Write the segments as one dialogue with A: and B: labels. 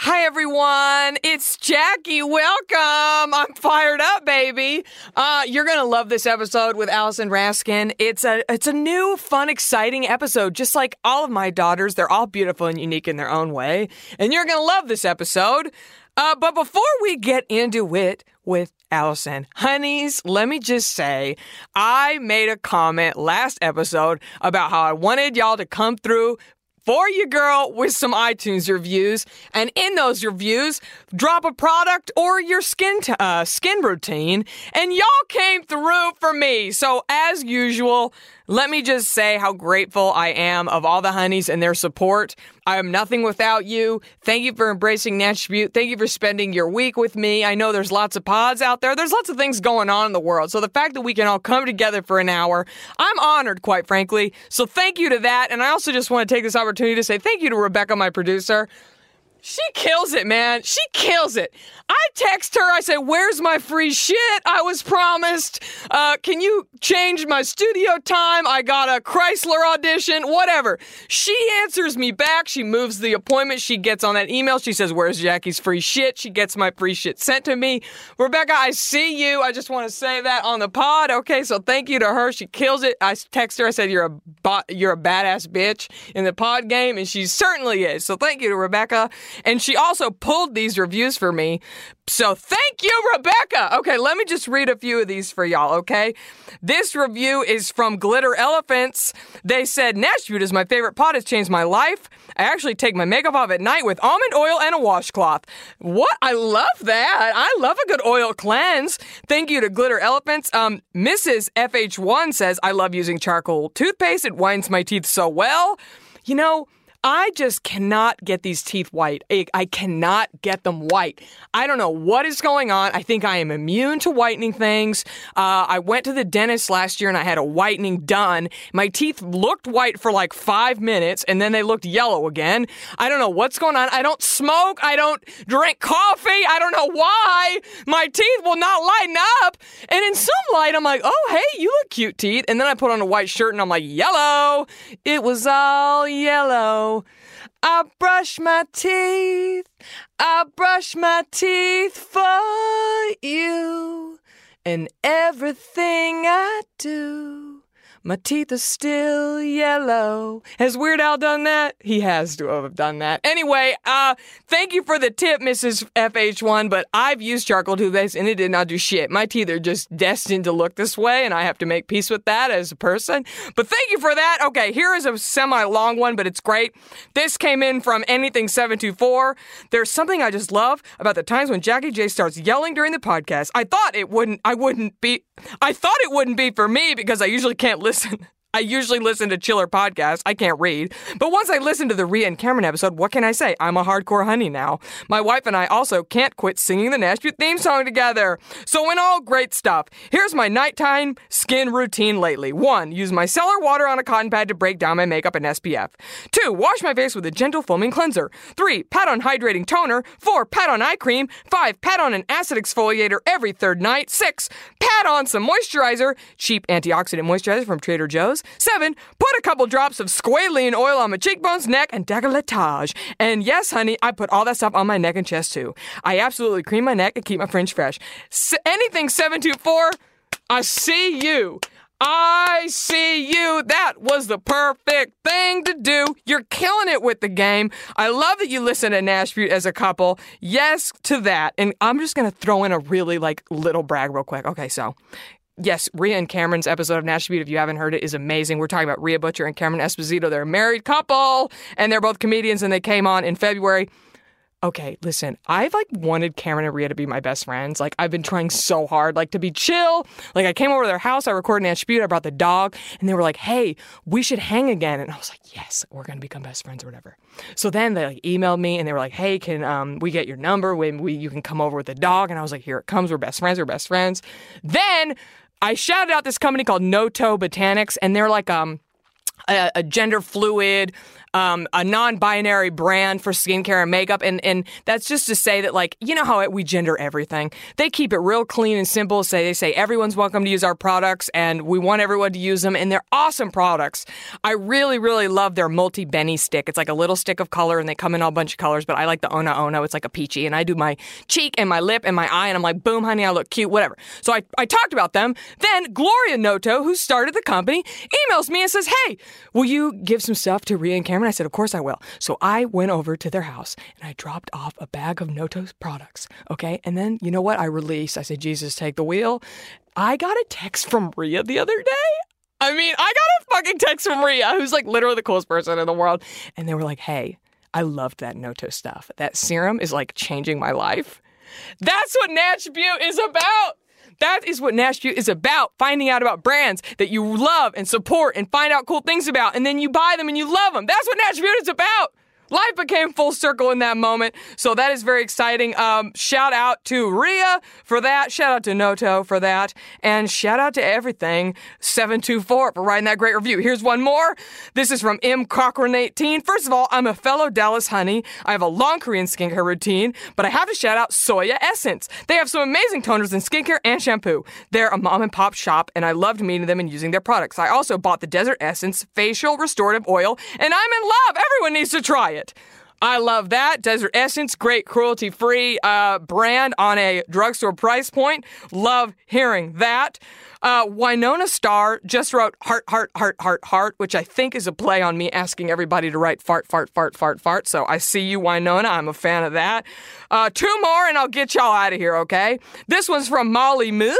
A: Hi everyone, it's Jackie. Welcome. I'm fired up, baby. Uh, you're gonna love this episode with Allison Raskin. It's a it's a new, fun, exciting episode. Just like all of my daughters, they're all beautiful and unique in their own way, and you're gonna love this episode. Uh, but before we get into it with Allison, honeys, let me just say, I made a comment last episode about how I wanted y'all to come through for you girl with some iTunes reviews, and in those reviews, drop a product or your skin t- uh, skin routine, and y'all came through for me. So as usual, let me just say how grateful I am of all the honeys and their support. I am nothing without you. Thank you for embracing Natribute. Thank you for spending your week with me. I know there's lots of pods out there. There's lots of things going on in the world. So the fact that we can all come together for an hour, I'm honored, quite frankly. So thank you to that. And I also just want to take this opportunity to say thank you to Rebecca, my producer. She kills it, man. She kills it. I text her. I say, "Where's my free shit I was promised? Uh, can you change my studio time? I got a Chrysler audition. Whatever." She answers me back. She moves the appointment. She gets on that email. She says, "Where's Jackie's free shit?" She gets my free shit sent to me. Rebecca, I see you. I just want to say that on the pod. Okay, so thank you to her. She kills it. I text her. I said, "You're a bo- you're a badass bitch in the pod game," and she certainly is. So thank you to Rebecca. And she also pulled these reviews for me. So thank you, Rebecca. Okay, let me just read a few of these for y'all, okay? This review is from Glitter Elephants. They said, Nashville is my favorite pot. It's changed my life. I actually take my makeup off at night with almond oil and a washcloth. What? I love that. I love a good oil cleanse. Thank you to Glitter Elephants. Um, Mrs. FH1 says, I love using charcoal toothpaste. It winds my teeth so well. You know, I just cannot get these teeth white. I, I cannot get them white. I don't know what is going on. I think I am immune to whitening things. Uh, I went to the dentist last year and I had a whitening done. My teeth looked white for like five minutes and then they looked yellow again. I don't know what's going on. I don't smoke. I don't drink coffee. I don't know why. My teeth will not lighten up. And in some light, I'm like, oh, hey, you look cute, teeth. And then I put on a white shirt and I'm like, yellow. It was all yellow. I brush my teeth. I brush my teeth for you. And everything I do. My teeth are still yellow. Has Weird Al done that? He has to have done that. Anyway, uh, thank you for the tip, Mrs. FH1, but I've used charcoal toothpaste and it did not do shit. My teeth are just destined to look this way, and I have to make peace with that as a person. But thank you for that. Okay, here is a semi long one, but it's great. This came in from Anything724. There's something I just love about the times when Jackie J starts yelling during the podcast. I thought it wouldn't, I wouldn't be, I thought it wouldn't be for me because I usually can't listen. I usually listen to chiller podcasts. I can't read. But once I listened to the Rhea and Cameron episode, what can I say? I'm a hardcore honey now. My wife and I also can't quit singing the Nashville theme song together. So, in all great stuff, here's my nighttime skin routine lately. One, use micellar water on a cotton pad to break down my makeup and SPF. Two, wash my face with a gentle foaming cleanser. Three, pat on hydrating toner. Four, pat on eye cream. Five, pat on an acid exfoliator every third night. Six, pat on some moisturizer, cheap antioxidant moisturizer from Trader Joe's. Seven, put a couple drops of squalene oil on my cheekbones, neck, and decolletage. And yes, honey, I put all that stuff on my neck and chest too. I absolutely cream my neck and keep my fringe fresh. S- anything 724, I see you. I see you. That was the perfect thing to do. You're killing it with the game. I love that you listen to Nashville as a couple. Yes to that. And I'm just going to throw in a really like little brag real quick. Okay, so Yes, Rhea and Cameron's episode of Nash Beat, if you haven't heard it, is amazing. We're talking about Rhea Butcher and Cameron Esposito. They're a married couple, and they're both comedians, and they came on in February okay, listen, I've like wanted Cameron and Rhea to be my best friends. Like I've been trying so hard, like to be chill. Like I came over to their house, I recorded Nash Butte, I brought the dog, and they were like, hey, we should hang again. And I was like, yes, we're gonna become best friends or whatever. So then they like emailed me and they were like, hey, can um, we get your number when we you can come over with the dog? And I was like, here it comes, we're best friends, we're best friends. Then I shouted out this company called No Toe Botanics, and they're like um a, a gender fluid, um, a non-binary brand for skincare and makeup, and and that's just to say that like you know how it, we gender everything. They keep it real clean and simple. Say they say everyone's welcome to use our products, and we want everyone to use them, and they're awesome products. I really really love their multi Benny stick. It's like a little stick of color, and they come in all bunch of colors. But I like the Ona Ono. It's like a peachy, and I do my cheek and my lip and my eye, and I'm like boom, honey, I look cute, whatever. So I I talked about them. Then Gloria Noto, who started the company, emails me and says, hey, will you give some stuff to Rhea and Cameron? I said, Of course I will. So I went over to their house and I dropped off a bag of Noto's products. Okay. And then you know what? I released. I said, Jesus, take the wheel. I got a text from Rhea the other day. I mean, I got a fucking text from Rhea, who's like literally the coolest person in the world. And they were like, hey, I loved that Noto stuff. That serum is like changing my life. That's what Natch Butte is about. That is what Nash Butte is about. Finding out about brands that you love and support and find out cool things about, and then you buy them and you love them. That's what Nash Butte is about. Life became full circle in that moment. So that is very exciting. Um, shout out to Rhea for that. Shout out to Noto for that. And shout out to everything 724 for writing that great review. Here's one more. This is from M. Cochran18. First of all, I'm a fellow Dallas honey. I have a long Korean skincare routine, but I have to shout out Soya Essence. They have some amazing toners in skincare and shampoo. They're a mom and pop shop, and I loved meeting them and using their products. I also bought the Desert Essence Facial Restorative Oil, and I'm in love. Everyone needs to try it. I love that. Desert Essence, great cruelty free uh, brand on a drugstore price point. Love hearing that. Uh, Winona Star just wrote Heart, Heart, Heart, Heart, Heart, which I think is a play on me asking everybody to write fart, fart, fart, fart, fart. So I see you, Winona. I'm a fan of that. Uh, two more and I'll get y'all out of here, okay? This one's from Molly Moo.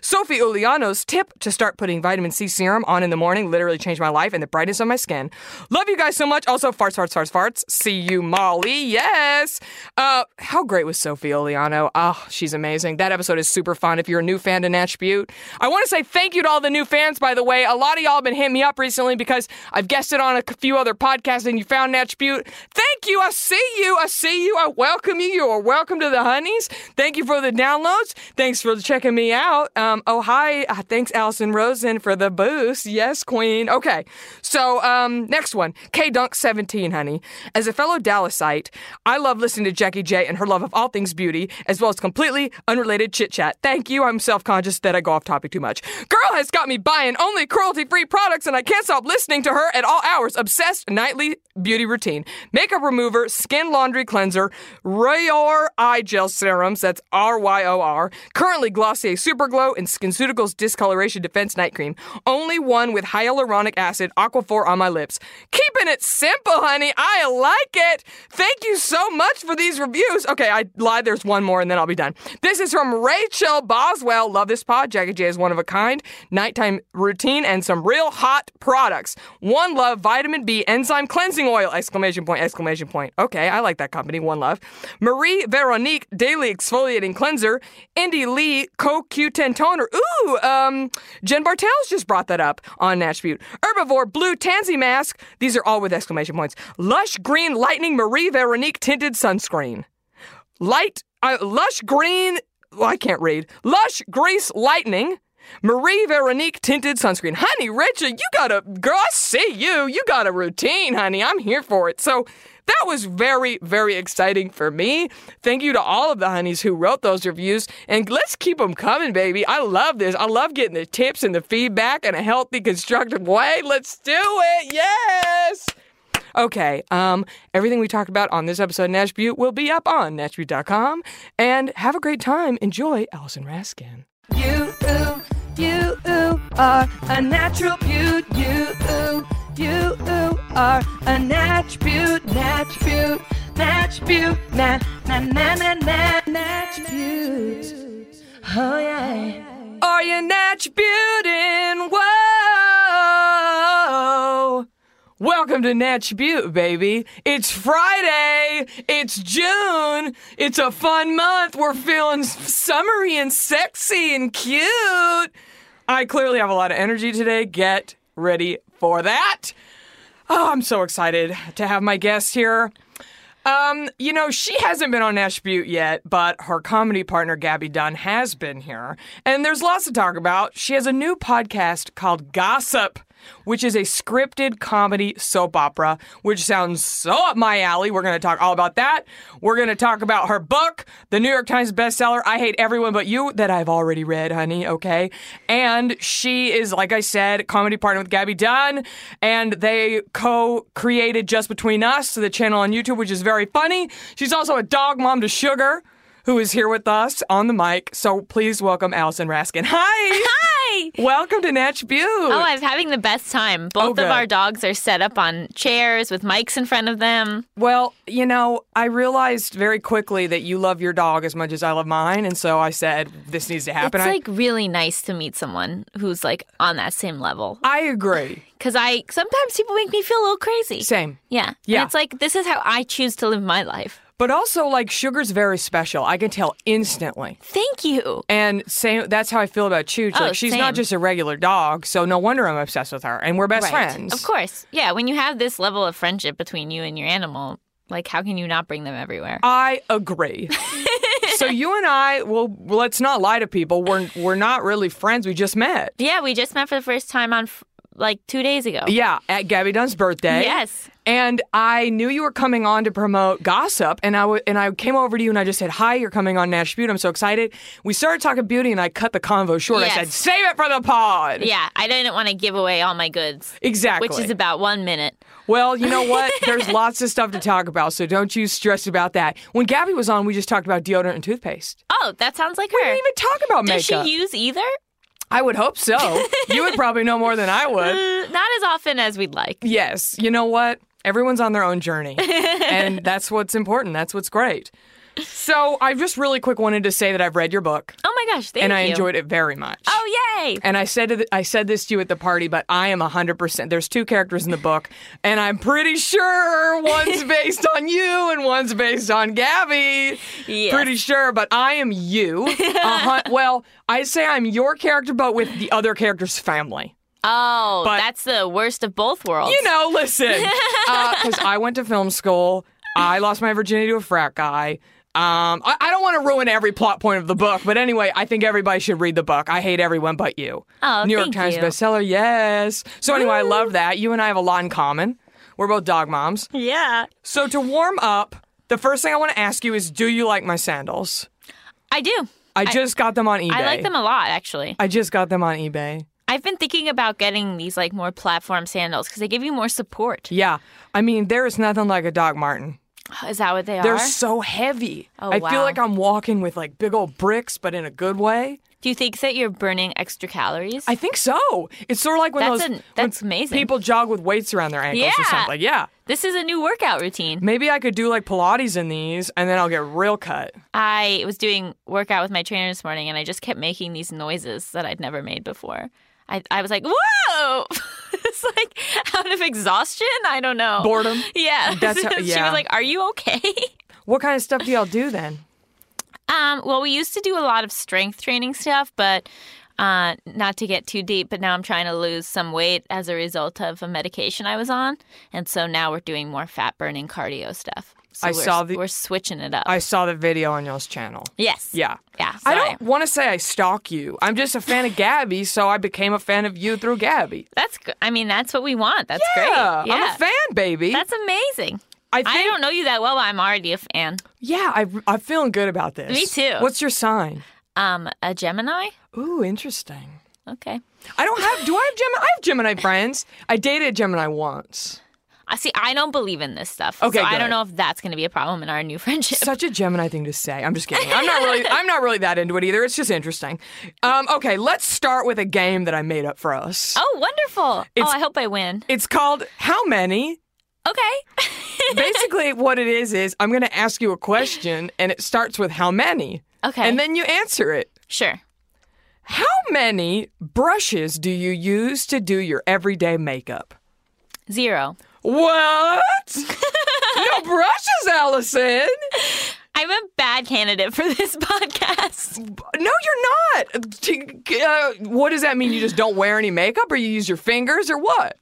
A: Sophie Uliano's tip to start putting vitamin C serum on in the morning literally changed my life and the brightness of my skin. Love you guys so much. Also, farts, farts, farts, farts. See you, Molly. Yes. Uh, how great was Sophie Oliano? Oh, she's amazing. That episode is super fun. If you're a new fan to Nash Butte, I want to say thank you to all the new fans, by the way. A lot of y'all have been hitting me up recently because I've guested on a few other podcasts and you found Natch Butte. Thank you. I see you. I see you. I welcome you. You are welcome to the honeys. Thank you for the downloads. Thanks for checking me out. Um, oh, hi. Uh, thanks, Allison Rosen, for the boost. Yes, queen. Okay. So, um, next one K Dunk 17, honey. As a fellow Dallasite, I love listening to Jackie J and her love of all things beauty, as well as completely unrelated chit chat. Thank you. I'm self conscious that I go off topic too much. Girl has got me buying only cruelty free products, and I can't stop listening to her at all hours. Obsessed nightly beauty routine makeup remover, skin laundry cleanser, Rayor eye gel serums. That's R Y O R. Currently Glossier Super Glow and SkinCeuticals Discoloration Defense Night Cream. Only one with hyaluronic acid, Aquaphor on my lips. Keeping it simple, honey. I like it. Thank you so much for these reviews. Okay, I lied. There's one more and then I'll be done. This is from Rachel Boswell. Love this pod. Jackie J is one of a kind. Nighttime routine and some real hot products. One Love Vitamin B Enzyme Cleansing Oil! Exclamation point! Exclamation point! Okay, I like that company. One Love. Marie Veronique Daily Exfoliating Cleanser. Indy Lee CoQ10 Toner. Ooh, um, Jen Bartels just brought that up on Nash Butte. Herbivore Blue Tansy Mask. These are all with exclamation points. Lush Green Lightning Marie Veronique Tinted Sunscreen light, uh, lush green. Well, I can't read. Lush Grease Lightning. Marie Veronique tinted sunscreen. Honey, Richard, you got a girl. I see you. You got a routine, honey. I'm here for it. So that was very, very exciting for me. Thank you to all of the honeys who wrote those reviews, and let's keep them coming, baby. I love this. I love getting the tips and the feedback in a healthy, constructive way. Let's do it. Yes. Okay, um, everything we talked about on this episode of Nash Butte will be up on NashButte.com. And have a great time. Enjoy Allison Raskin.
B: You, ooh, you, ooh, are a natural beaut. You, ooh, you, ooh, are a natch beaut, natch beaut, natch beaut, na, na, na, na, na, natch beaut. Oh, yeah.
A: Are you Natch Butte? Whoa! Welcome to Natch Butte, baby. It's Friday. It's June. It's a fun month. We're feeling summery and sexy and cute. I clearly have a lot of energy today. Get ready for that. Oh, I'm so excited to have my guest here. Um, you know, she hasn't been on Nash Butte yet, but her comedy partner Gabby Dunn has been here. And there's lots to talk about. She has a new podcast called Gossip, which is a scripted comedy soap opera, which sounds so up my alley. We're going to talk all about that. We're going to talk about her book, the New York Times bestseller, I Hate Everyone But You, that I've already read, honey, okay? And she is, like I said, comedy partner with Gabby Dunn, and they co created Just Between Us, the channel on YouTube, which is very funny. She's also a dog mom to Sugar, who is here with us on the mic. So please welcome Allison Raskin. Hi!
C: Hi!
A: Welcome to Natch Butte.
C: Oh, I'm having the best time. Both
A: Oh, good.
C: of our dogs are set up on chairs with mics in front of them.
A: Well, you know, I realized very quickly that you love your dog as much as I love mine, and so I said this needs to happen.
C: it's like really nice to meet someone who's like on that same level.
A: I, I agree.
C: Because I sometimes people make me feel a little crazy.
A: Same.
C: Yeah.
A: Yeah.
C: And it's like this is how I choose to live my life.
A: But also, like sugar's very special. I can tell instantly,
C: Thank you.
A: and same. That's how I feel about Chooch.
C: Oh,
A: like she's not
C: same.
A: just a regular dog, so no wonder I'm obsessed with her, and we're best
C: Right.
A: friends.
C: Of course. Yeah. When you have this level of friendship between you and your animal, like how can you not bring them everywhere?
A: I agree. so you and I, well, let's not lie to people. We're we're not really friends. We just met.
C: yeah. We just met for the first time on f- like two days ago.
A: Yeah, at Gabby Dunn's birthday.
C: Yes.
A: And I knew you were coming on to promote gossip, and I w- and I came over to you and I just said, "Hi, you're coming on Nash Beauty. I'm so excited." We started talking beauty, and I cut the convo short.
C: Yes.
A: I said, "Save it for the pod."
C: Yeah. I didn't want to give away all my goods.
A: Exactly.
C: which is about one minute.
A: well, you know what? There's lots of stuff to talk about, so don't you stress about that. When Gabby was on, we just talked about deodorant and toothpaste.
C: Oh, that sounds like
A: We
C: her.
A: didn't even talk about
C: Does
A: makeup.
C: she use either?
A: I would hope so. you would probably know more than I would.
C: Mm, Not as often as we'd like.
A: Yes. You know what? Everyone's on their own journey. and that's what's important. That's what's great. So I just really quick wanted to say that I've read your book
C: Oh my gosh, thank
A: and
C: you.
A: I enjoyed it very much.
C: Oh yay!
A: And I said to the, I said this to you at the party, but I am 100%. There's two characters in the book, and I'm pretty sure one's based on you and one's based on Gabby.
C: Yes.
A: Pretty sure, but I am you. Uh-huh. well, I say I'm your character, but with the other character's family.
C: Oh,
A: But-
C: that's the worst of both worlds.
A: You know, listen, because I went to film school. I lost my virginity to a frat guy. Um, I, I don't want to ruin every plot point of the book, but anyway, I think everybody should read the book. I hate everyone but you.
C: Oh,
A: New York
C: thank
A: Times
C: you.
A: bestseller, yes. So anyway, I love that. You and I have a lot in common. We're both dog moms.
C: Yeah.
A: So to warm up, the first thing I want to ask you is, do you like my sandals?
C: I do.
A: I, just got them on eBay.
C: I like them a lot, actually.
A: I just got them on eBay.
C: I've been thinking about getting these like more platform sandals because they give you more support.
A: Yeah, I mean, there is nothing like a Doc Martin.
C: Is that what they are?
A: They're so heavy.
C: Oh,
A: I feel
C: wow.
A: like I'm walking with like big old bricks, but in a good way.
C: Do you think that you're burning extra calories?
A: I think so. It's sort of like when
C: That's
A: those
C: an- that's
A: when
C: amazing.
A: people jog with weights around their ankles or
C: Yeah.
A: something. Yeah.
C: this is a new workout routine.
A: Maybe I could do like Pilates in these, and then I'll get real cut.
C: I was doing workout with my trainer this morning and I just kept making these noises that I'd never made before. I, I was like, whoa! it's like out of exhaustion? I don't know.
A: Boredom.
C: Yeah.
A: That's how-
C: She
A: yeah.
C: was like, are you okay?
A: What kind of stuff do y'all do then?
C: Um, well, we used to do a lot of strength training stuff, but uh, not to get too deep, but now I'm trying to lose some weight as a result of a medication I was on. And so now we're doing more fat burning cardio stuff. So
A: I
C: we're,
A: saw the-
C: we're switching it up.
A: I saw the video on y'all's channel.
C: yes.
A: Yeah.
C: Yeah.
A: I
C: sorry.
A: don't want to say I stalk you. I'm just a fan of Gabby, so I became a fan of you through Gabby.
C: That's. g- I mean, that's what we want. That's
A: Yeah,
C: great. Yeah,
A: I'm a fan, baby.
C: That's amazing.
A: I
C: I,
A: think,
C: don't know you that well, but I'm already a fan.
A: Yeah, I, I'm feeling good about this.
C: Me too.
A: What's your sign?
C: Um, a Gemini.
A: Ooh, interesting.
C: Okay.
A: I don't have. Do I have Gemini? I have Gemini friends. I dated Gemini once.
C: I see. I don't believe in this stuff.
A: Okay,
C: So I
A: good.
C: don't know if that's going to be a problem in our new friendship.
A: Such a Gemini thing to say. I'm just kidding. I'm not really. I'm not really that into it either. It's just interesting. Um, okay, let's start with a game that I made up for us.
C: oh, wonderful.
A: It's-
C: oh, I hope I win.
A: It's called How Many.
C: Okay.
A: Basically, what it is is I'm going to ask you a question, and it starts with how many,
C: Okay.
A: and then you answer it.
C: sure.
A: How many brushes do you use to do your everyday makeup?
C: Zero.
A: What? no brushes, Allison.
C: I'm a bad candidate for this podcast.
A: No, you're not. T- Uh, what does that mean? You just don't wear any makeup or you use your fingers or what?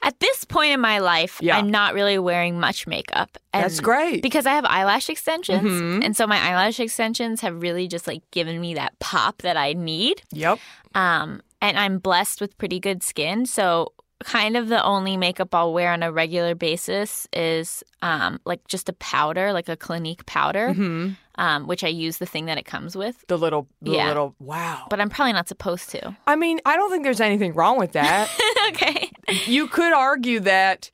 C: At this point in my life,
A: Yeah.
C: I'm not really wearing much makeup. And
A: That's great. Mm-hmm.
C: Because I have eyelash extensions. And so my eyelash extensions have really just like given me that pop that I need.
A: Yep.
C: Um, and I'm blessed with pretty good skin. So, kind of the only makeup I'll wear on a regular basis is um, like just a powder, like a Clinique powder,
A: hmm
C: um, which I use the thing that it comes with.
A: The little, the
C: Yeah.
A: little, wow.
C: But I'm probably not supposed to.
A: I mean, I don't think there's anything wrong with that.
C: okay.
A: you could argue that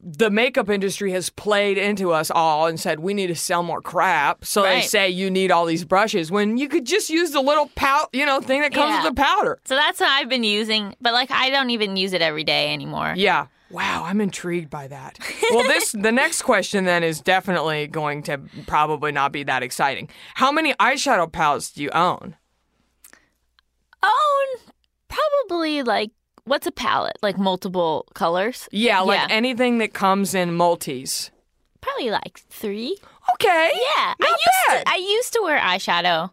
A: the makeup industry has played into us all and said we need to sell more crap. So they
C: Right.
A: say you need all these brushes when you could just use the little pow, you know, thing that comes
C: Yeah.
A: with the powder.
C: So that's what I've been using, but like I don't even use it every day anymore.
A: Yeah. Wow, I'm intrigued by that. Well, this the next question then is definitely going to probably not be that exciting. How many eyeshadow palettes do you own?
C: Own probably like what's a palette? Like multiple colors?
A: Yeah, like
C: Yeah.
A: anything that comes in multis.
C: Probably like three.
A: Okay.
C: Yeah, I
A: Not
C: used
A: bad.
C: to I used to wear eyeshadow,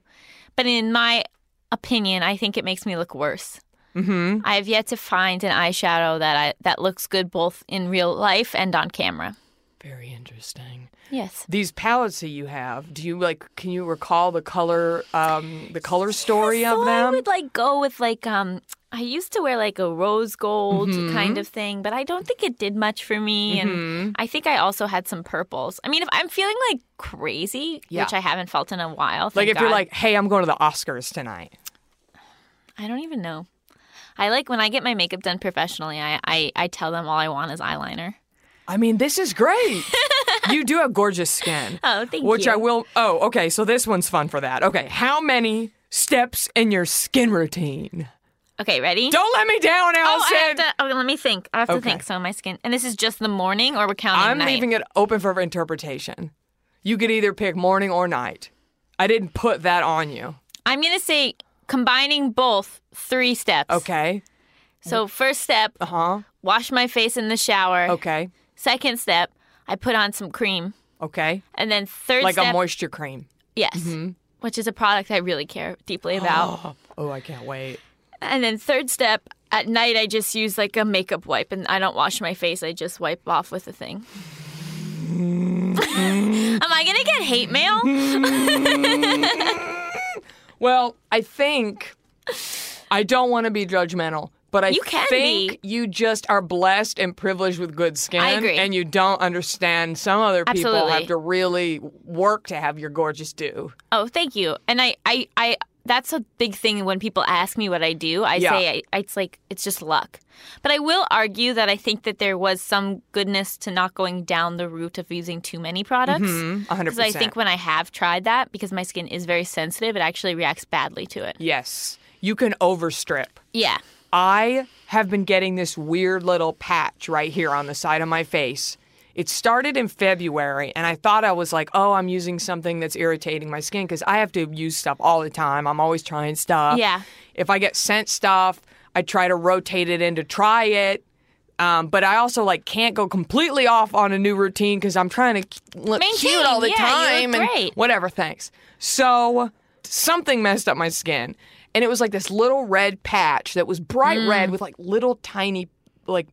C: but in my opinion, I think it makes me look worse.
A: Mm-hmm.
C: I have yet to find an eyeshadow that I that looks good both in real life and on camera.
A: Very interesting.
C: Yes.
A: these palettes that you have do you like can you recall the color um the color story
C: so
A: of
C: I
A: them
C: would like go with like um I used to wear like a rose gold
A: Mm-hmm.
C: kind of thing, but I don't think it did much for me and I think I also had some purples. I mean, if I'm feeling like crazy,
A: Yeah.
C: which I haven't felt in a while,
A: like
C: thank
A: if you're
C: God.
A: like hey i'm going to the oscars tonight
C: I don't even know. I like when I get my makeup done professionally, I I, I tell them all I want is eyeliner.
A: i mean this is great you do have gorgeous skin
C: Oh, thank
A: which
C: you.
A: i will oh okay so this one's fun for that okay how many steps in your skin routine
C: Okay, ready?
A: don't let me down
C: Oh, I
A: allison
C: have to. Oh, let me think. I have to
A: Okay.
C: think. So my skin, and this is just the morning, or we're counting.
A: i'm
C: night?
A: leaving it open for interpretation you could either pick morning or night i didn't put that on you
C: I'm gonna say combining both three steps.
A: okay
C: So first step,
A: uh-huh
C: wash my face in the shower.
A: okay
C: Second step, I put on some cream,
A: okay
C: and then third
A: like
C: step,
A: a mm-hmm. moisture cream
C: yes, which is a product I really care deeply about.
A: Oh, I can't wait.
C: And then third step, at night I just use like a makeup wipe and I don't wash my face. I just wipe off with a thing.
A: Mm-hmm.
C: Am I going to get hate mail?
A: Well, I think I don't want to be judgmental, but I
C: You can
A: think you just are blessed and privileged with good skin.
C: I agree.
A: And you don't understand some other people have
C: Absolutely.
A: to really work to have your gorgeous due.
C: Oh, thank you. And I, I, I, that's a big thing when people ask me what I do. I
A: Yeah.
C: say I, it's like, it's just luck. But I will argue that I think that there was some goodness to not going down the route of using too many products.
A: Mm, 100%.
C: Because I think when I have tried that, because my skin is very sensitive, it actually reacts badly to it.
A: yes, you can overstrip.
C: Yeah.
A: I have been getting this weird little patch right here on the side of my face. It started in February, and I thought I was like, oh, I'm using something that's irritating my skin because I have to use stuff all the time. I'm always trying stuff.
C: Yeah.
A: If I get sent stuff, I try to rotate it in to try it. Um, but I also like can't go completely off on a new routine because I'm trying to look cute
C: Maintain,
A: all the
C: yeah, you
A: time
C: look
A: and
C: great.
A: whatever. Thanks. So something messed up my skin, and it was like this little red patch that was bright
C: Mm.
A: red with like little tiny like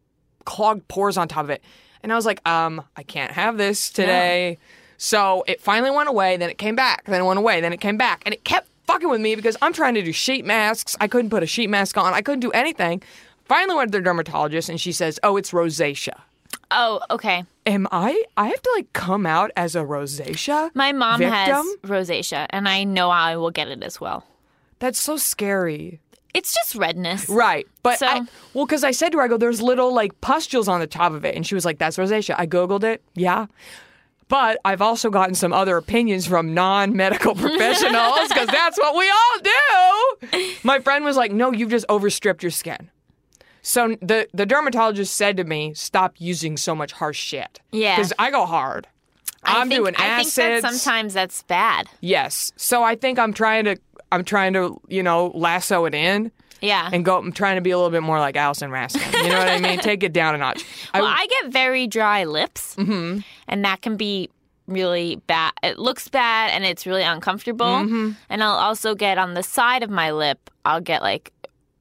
A: clogged pores on top of it. And I was like, um, I can't have this today. So it finally went away. Then it came back. Then it went away. Then it came back, and it kept fucking with me because I'm trying to do sheet masks. I couldn't put a sheet mask on. I couldn't do anything. Finally went to the dermatologist, and she says, "Oh, it's rosacea."
C: Oh, okay.
A: Am I? I have to like come out as a rosacea.
C: My mom has
A: victim?
C: rosacea, and I know I will get it as well.
A: That's so scary.
C: It's just redness.
A: Right. But
C: So-
A: I, well, because I said to her, I go, there's little like pustules on the top of it. And she was like, that's rosacea. I Googled it. Yeah. But I've also gotten some other opinions from non medical professionals because that's what we all do. My friend was like, no, you've just overstripped your skin. So the, the dermatologist said to me, stop using so much harsh shit.
C: Yeah.
A: Because I go hard.
C: I
A: am
C: think-
A: doing
C: I
A: acids.
C: think that sometimes that's bad.
A: Yes. So I think I'm trying to I'm trying to, you know, lasso it in.
C: Yeah.
A: and go. I'm trying to be a little bit more like Allison Raskin. You know what I mean? Take it down a notch.
C: Well, I get very dry lips, and that can be really bad. It looks bad, and it's really uncomfortable. And I'll also get on the side of my lip. I'll get like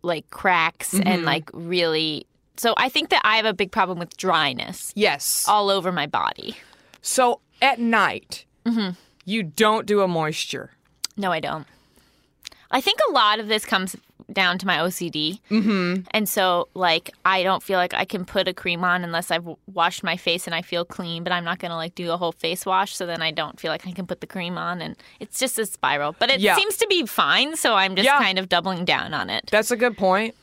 C: like cracks and like really. So I think that I have a big problem with dryness
A: yes.
C: all over my body.
A: So at night,
C: Mm-hmm.
A: you don't do a moisture.
C: No, I don't. I think a lot of this comes down to my OCD. Mm-hmm. And so, like, I don't feel like I can put a cream on unless I've w- washed my face and I feel clean, but I'm not going to, like, do a whole face wash. So then I don't feel like I can put the cream on. And it's just a spiral. But it
A: Yeah.
C: seems to be fine. So I'm just
A: Yeah.
C: kind of doubling down on it.
A: That's a good point.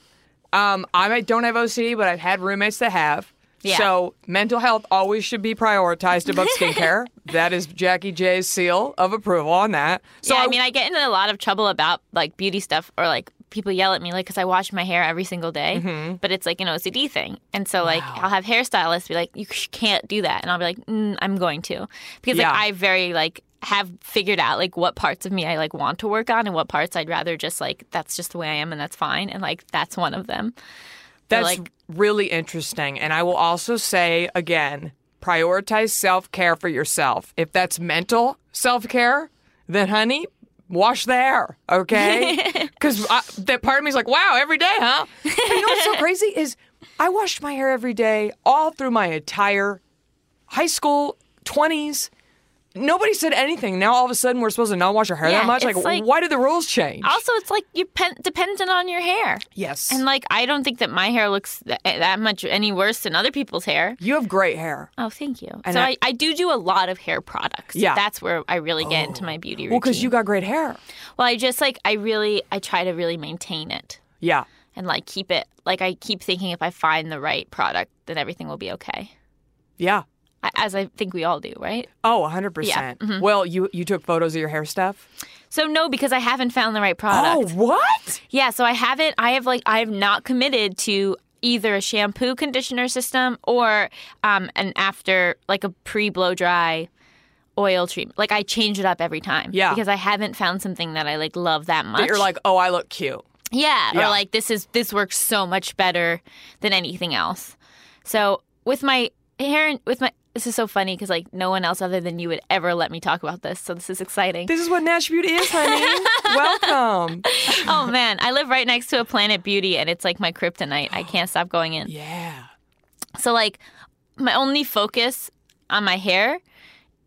A: Um, I might- don't have OCD, but I've had roommates that have.
C: Yeah.
A: So mental health always should be prioritized above skincare. that is Jackie J's seal of approval on that. So
C: yeah, I mean, I get into a lot of trouble about, like, beauty stuff or, like, people yell at me, like, because I wash my hair every single day.
A: Mm-hmm.
C: But it's, like, an OCD thing. And so, like, I'll have hairstylists be like, you sh- can't do that. And I'll be like, mm, I'm going to. Because,
A: Yeah.
C: like, I very, like, have figured out like what parts of me I like want to work on and what parts I'd rather just like that's just the way I am and that's fine and like that's one of them.
A: That's
C: like-
A: really interesting. And I will also say again, prioritize self care for yourself. If that's mental self care, then honey, wash the hair, okay? Because that part of me is like, wow, every day, huh? But you know what's so crazy is I washed my hair every day all through my entire high school, 20s. Nobody said anything. Now all of a sudden we're supposed to not wash our hair
C: Yeah,
A: that much.
C: it's
A: Like,
C: like-
A: why did the rules change?
C: Also, it's like you're pen- dependent on your hair.
A: yes.
C: And like I don't think that my hair looks th- eh, that much any worse than other people's hair.
A: you have great hair.
C: Oh, thank you.
A: And
C: so
A: I-
C: I, I do do a lot of hair products.
A: Yeah. Oh.
C: That's where I really get into my beauty routine.
A: Well, because you got great hair.
C: Well, I just like I really I try to really maintain it
A: Yeah.
C: and like keep it like I keep thinking if I find the right product, then everything will be okay.
A: Yeah.
C: I, as I think we all do, right?
A: Oh, 100%. Well, you you took photos of your hair stuff?
C: So no, because I haven't found the right product.
A: Oh, what?
C: Yeah, so I haven't I have like I have not committed to either a shampoo conditioner system or um an after like a pre blow dry oil treatment. Like I change it up every time.
A: Yeah.
C: Because I haven't found something that I like love that much.
A: That you're like, "Oh, I look cute."
C: Yeah,
A: Yeah.
C: or like this is this works so much better than anything else. So with my hair, and with my this is so funny because like no one else other than you would ever let me talk about this. So this is exciting.
A: This is what Nash Beauty is, honey. Welcome.
C: oh man, I live right next to a Planet Beauty, and it's like my kryptonite. I can't stop going in.
A: Yeah.
C: So like my only focus on my hair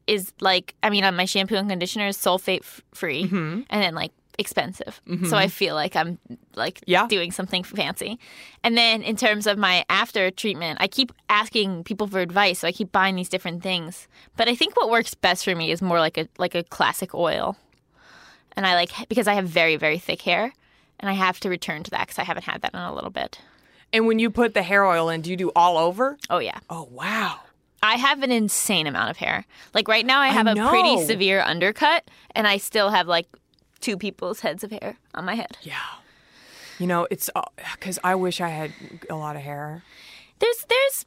C: is like I mean on my shampoo and conditioner is sulfate f- free and then like expensive. So I feel like I'm like
A: Yeah.
C: doing something fancy. And then in terms of my after treatment, I keep asking people for advice, so I keep buying these different things. But I think what works best for me is more like a like a classic oil. And I like because I have very very thick hair and I have to return to that cuz I haven't had that in a little bit.
A: And when you put the hair oil in, do you do all over?
C: Oh yeah.
A: Oh, wow.
C: I have an insane amount of hair. Like right now, I have
A: I
C: a pretty
A: know.
C: severe undercut, and I still have like two people's heads of hair on my head.
A: Yeah. You know, it's because I wish I had a lot of hair.
C: There's there's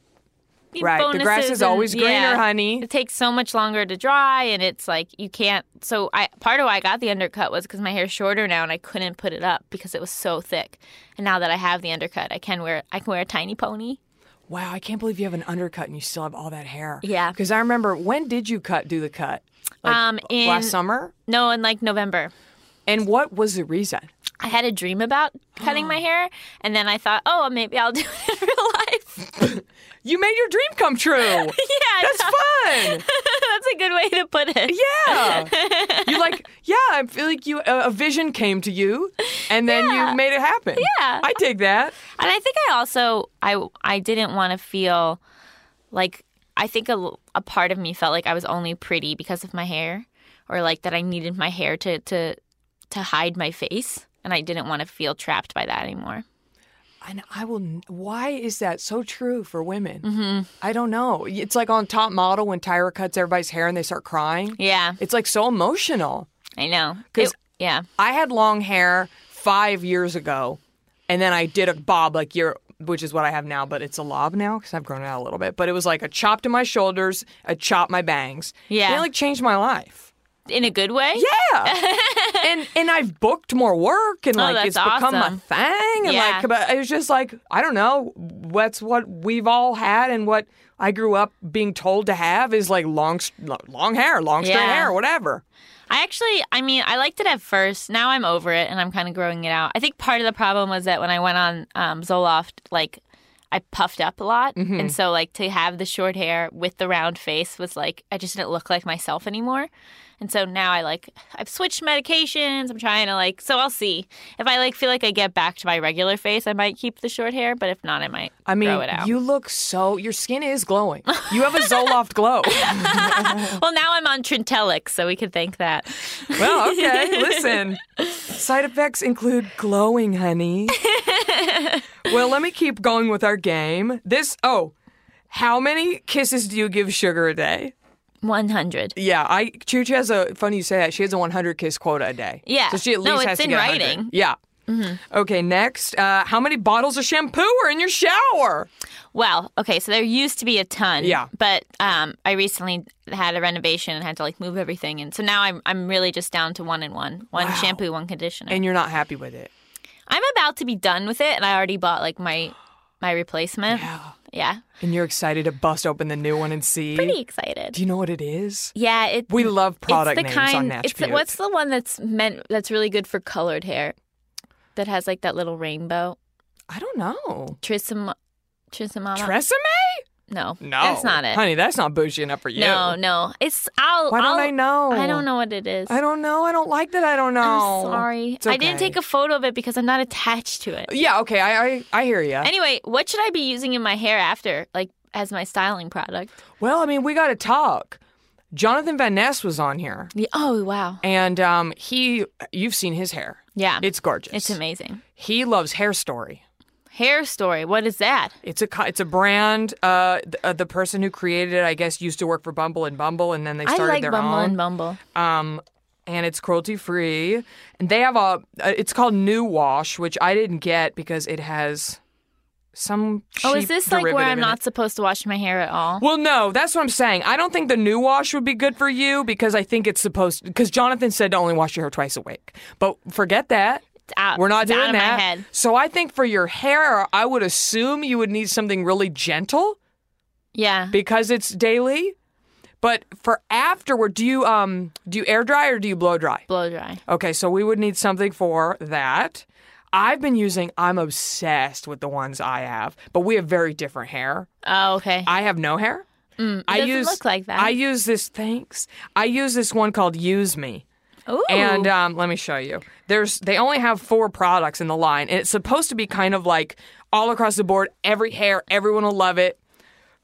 C: you know,
A: Right, the grass
C: bonuses
A: is always
C: and-
A: greener,
C: yeah.
A: honey.
C: It takes so much longer to dry, and it's like you can't. So I part of why I got the undercut was because my hair's shorter now, and I couldn't put it up because it was so thick. And now that I have the undercut, I can wear I can wear a tiny pony.
A: Wow, I can't believe you have an undercut and you still have all that hair.
C: Yeah.
A: Because I remember when did you cut do the cut? Like,
C: Um, in-
A: last summer.
C: No, in like November.
A: And what was the reason?
C: I had a dream about cutting my hair, and then I thought, oh, maybe I'll do it in real life.
A: You made your dream come true.
C: Yeah,
A: That's
C: I know.
A: fun.
C: That's a good way to put it.
A: Yeah. you like, yeah, I feel like you a, a vision came to you and then you made it happen.
C: Yeah.
A: I take that.
C: And I think I also I I didn't want to feel like I think a, a part of me felt like I was only pretty because of my hair or like that I needed my hair to to to hide my face and I didn't want to feel trapped by that anymore.
A: And I will n- why is that so true for women?
C: Mm-hmm.
A: I don't know. It's like on top model when Tyra cuts everybody's hair and they start crying.
C: Yeah.
A: It's like so emotional.
C: I know.
A: 'Cause-
C: It- yeah.
A: I had long hair five years ago, and then I did a bob, like your, which is what I have now, but it's a lob now because I've grown it out a little bit. But it was like a chop to my shoulders, a chop my bangs.
C: Yeah.
A: And it like changed my life.
C: in a good way.
A: Yeah. and and I've booked more work and
C: Oh,
A: like
C: that's
A: it's become my
C: awesome.
A: thing and
C: Yeah.
A: like but it was just like I don't know what's what we've all had and what I grew up being told to have is like long s- lo- long hair, long straight
C: Yeah.
A: hair, whatever.
C: I actually, I mean, I liked it at first. Now I'm over it, and I'm kind of growing it out. I think part of the problem was that when I went on um, Zoloft, like I puffed up a lot,
A: Mm-hmm.
C: and so like to have the short hair with the round face was like I just didn't look like myself anymore. And so now I like I've switched medications. I'm trying to like so I'll see if I like feel like I get back to my regular face. I might keep the short hair, but if not, I might
A: I mean,
C: grow it out.
A: you look so your skin is glowing. You have a Zoloft glow.
C: well, now I'm on Trintellix, so we can thank that.
A: well, okay, listen. Side effects include glowing, honey. well, let me keep going with our game. This oh, how many kisses do you give sugar a day?
C: 100.
A: Yeah, I Chooch has a funny you say that. She has a 100 kiss quota a day.
C: Yeah.
A: so she at least
C: No, it's
A: has to
C: in
A: get 100.
C: writing. Mm-hmm.
A: Yeah. Okay, next, uh, how many bottles of shampoo are in your shower?
C: Well, okay, so there used to be a ton.
A: Yeah.
C: But um, I recently had a renovation and had to like move everything, and so now I'm I'm really just down to one and one, one shampoo, one conditioner.
A: And you're not happy with it.
C: I'm about to be done with it, and I already bought like my my replacement. Yeah. Yeah.
A: And you're excited to bust open the new one and see.
C: Pretty excited.
A: Do you know what it is?
C: yeah, it.
A: We love product
C: it's the
A: names
C: kind,
A: on Natch
C: it's the,
A: Butte.
C: What's the one that's meant that's really good for colored hair, that has like that little rainbow
A: I don't know.
C: trisom, trisomama.
A: Tresemme?
C: Uh, no,
A: No.
C: that's not it.
A: Honey, that's not bougie enough for you.
C: No, no, it's. I'll.
A: Why don't
C: I'll-
A: I know?
C: I don't know what it is.
A: I don't know. I don't like that I don't know.
C: I'm sorry.
A: It's
C: I didn't
A: okay.
C: take a photo of it because I'm not attached to it.
A: Yeah, okay. I I, I hear you.
C: Anyway, what should I be using in my hair after, like as my styling product?
A: Well, I mean, we got to talk. Jonathan Van Ness was on here,
C: Yeah. Oh wow.
A: and um, he, you've seen his hair.
C: Yeah.
A: It's gorgeous.
C: It's amazing.
A: He loves Hair Story.
C: Hair story. What is that?
A: It's a co- it's a brand. Uh, th- uh, the person who created it, I guess, used to work for Bumble and Bumble, and then they
C: I
A: started
C: like
A: their
C: Bumble
A: own.
C: and Bumble.
A: um, and it's cruelty free. And they have a, a- it's called New Wash, which I didn't get because it has some.
C: Oh, is
A: cheap
C: this like where
A: derivative
C: I'm
A: in
C: not
A: it.
C: supposed to wash my hair at all?
A: Well, no, that's what I'm saying. I don't think the new wash would be good for you because I think it's supposed because Jonathan said to only wash your hair twice a week. But forget that.
C: It's out.
A: We're not
C: It's
A: doing
C: out of
A: that.
C: my head.
A: So I think for your hair, I would assume you would need something really gentle
C: Yeah.
A: because it's daily. But for afterward, do you um do you air dry or do you blow dry?
C: Blow dry.
A: Okay, so we would need something for that. I've been using. I'm obsessed with the ones I have, but we have very different hair.
C: Oh, okay.
A: I have no hair. I
C: Mm, doesn't
A: use
C: look like that.
A: I use this. Thanks. I use this one called Use Me,
C: Ooh.
A: and um, let me show you. There's they only have four products in the line, and it's supposed to be kind of like all across the board. Every hair, everyone will love it.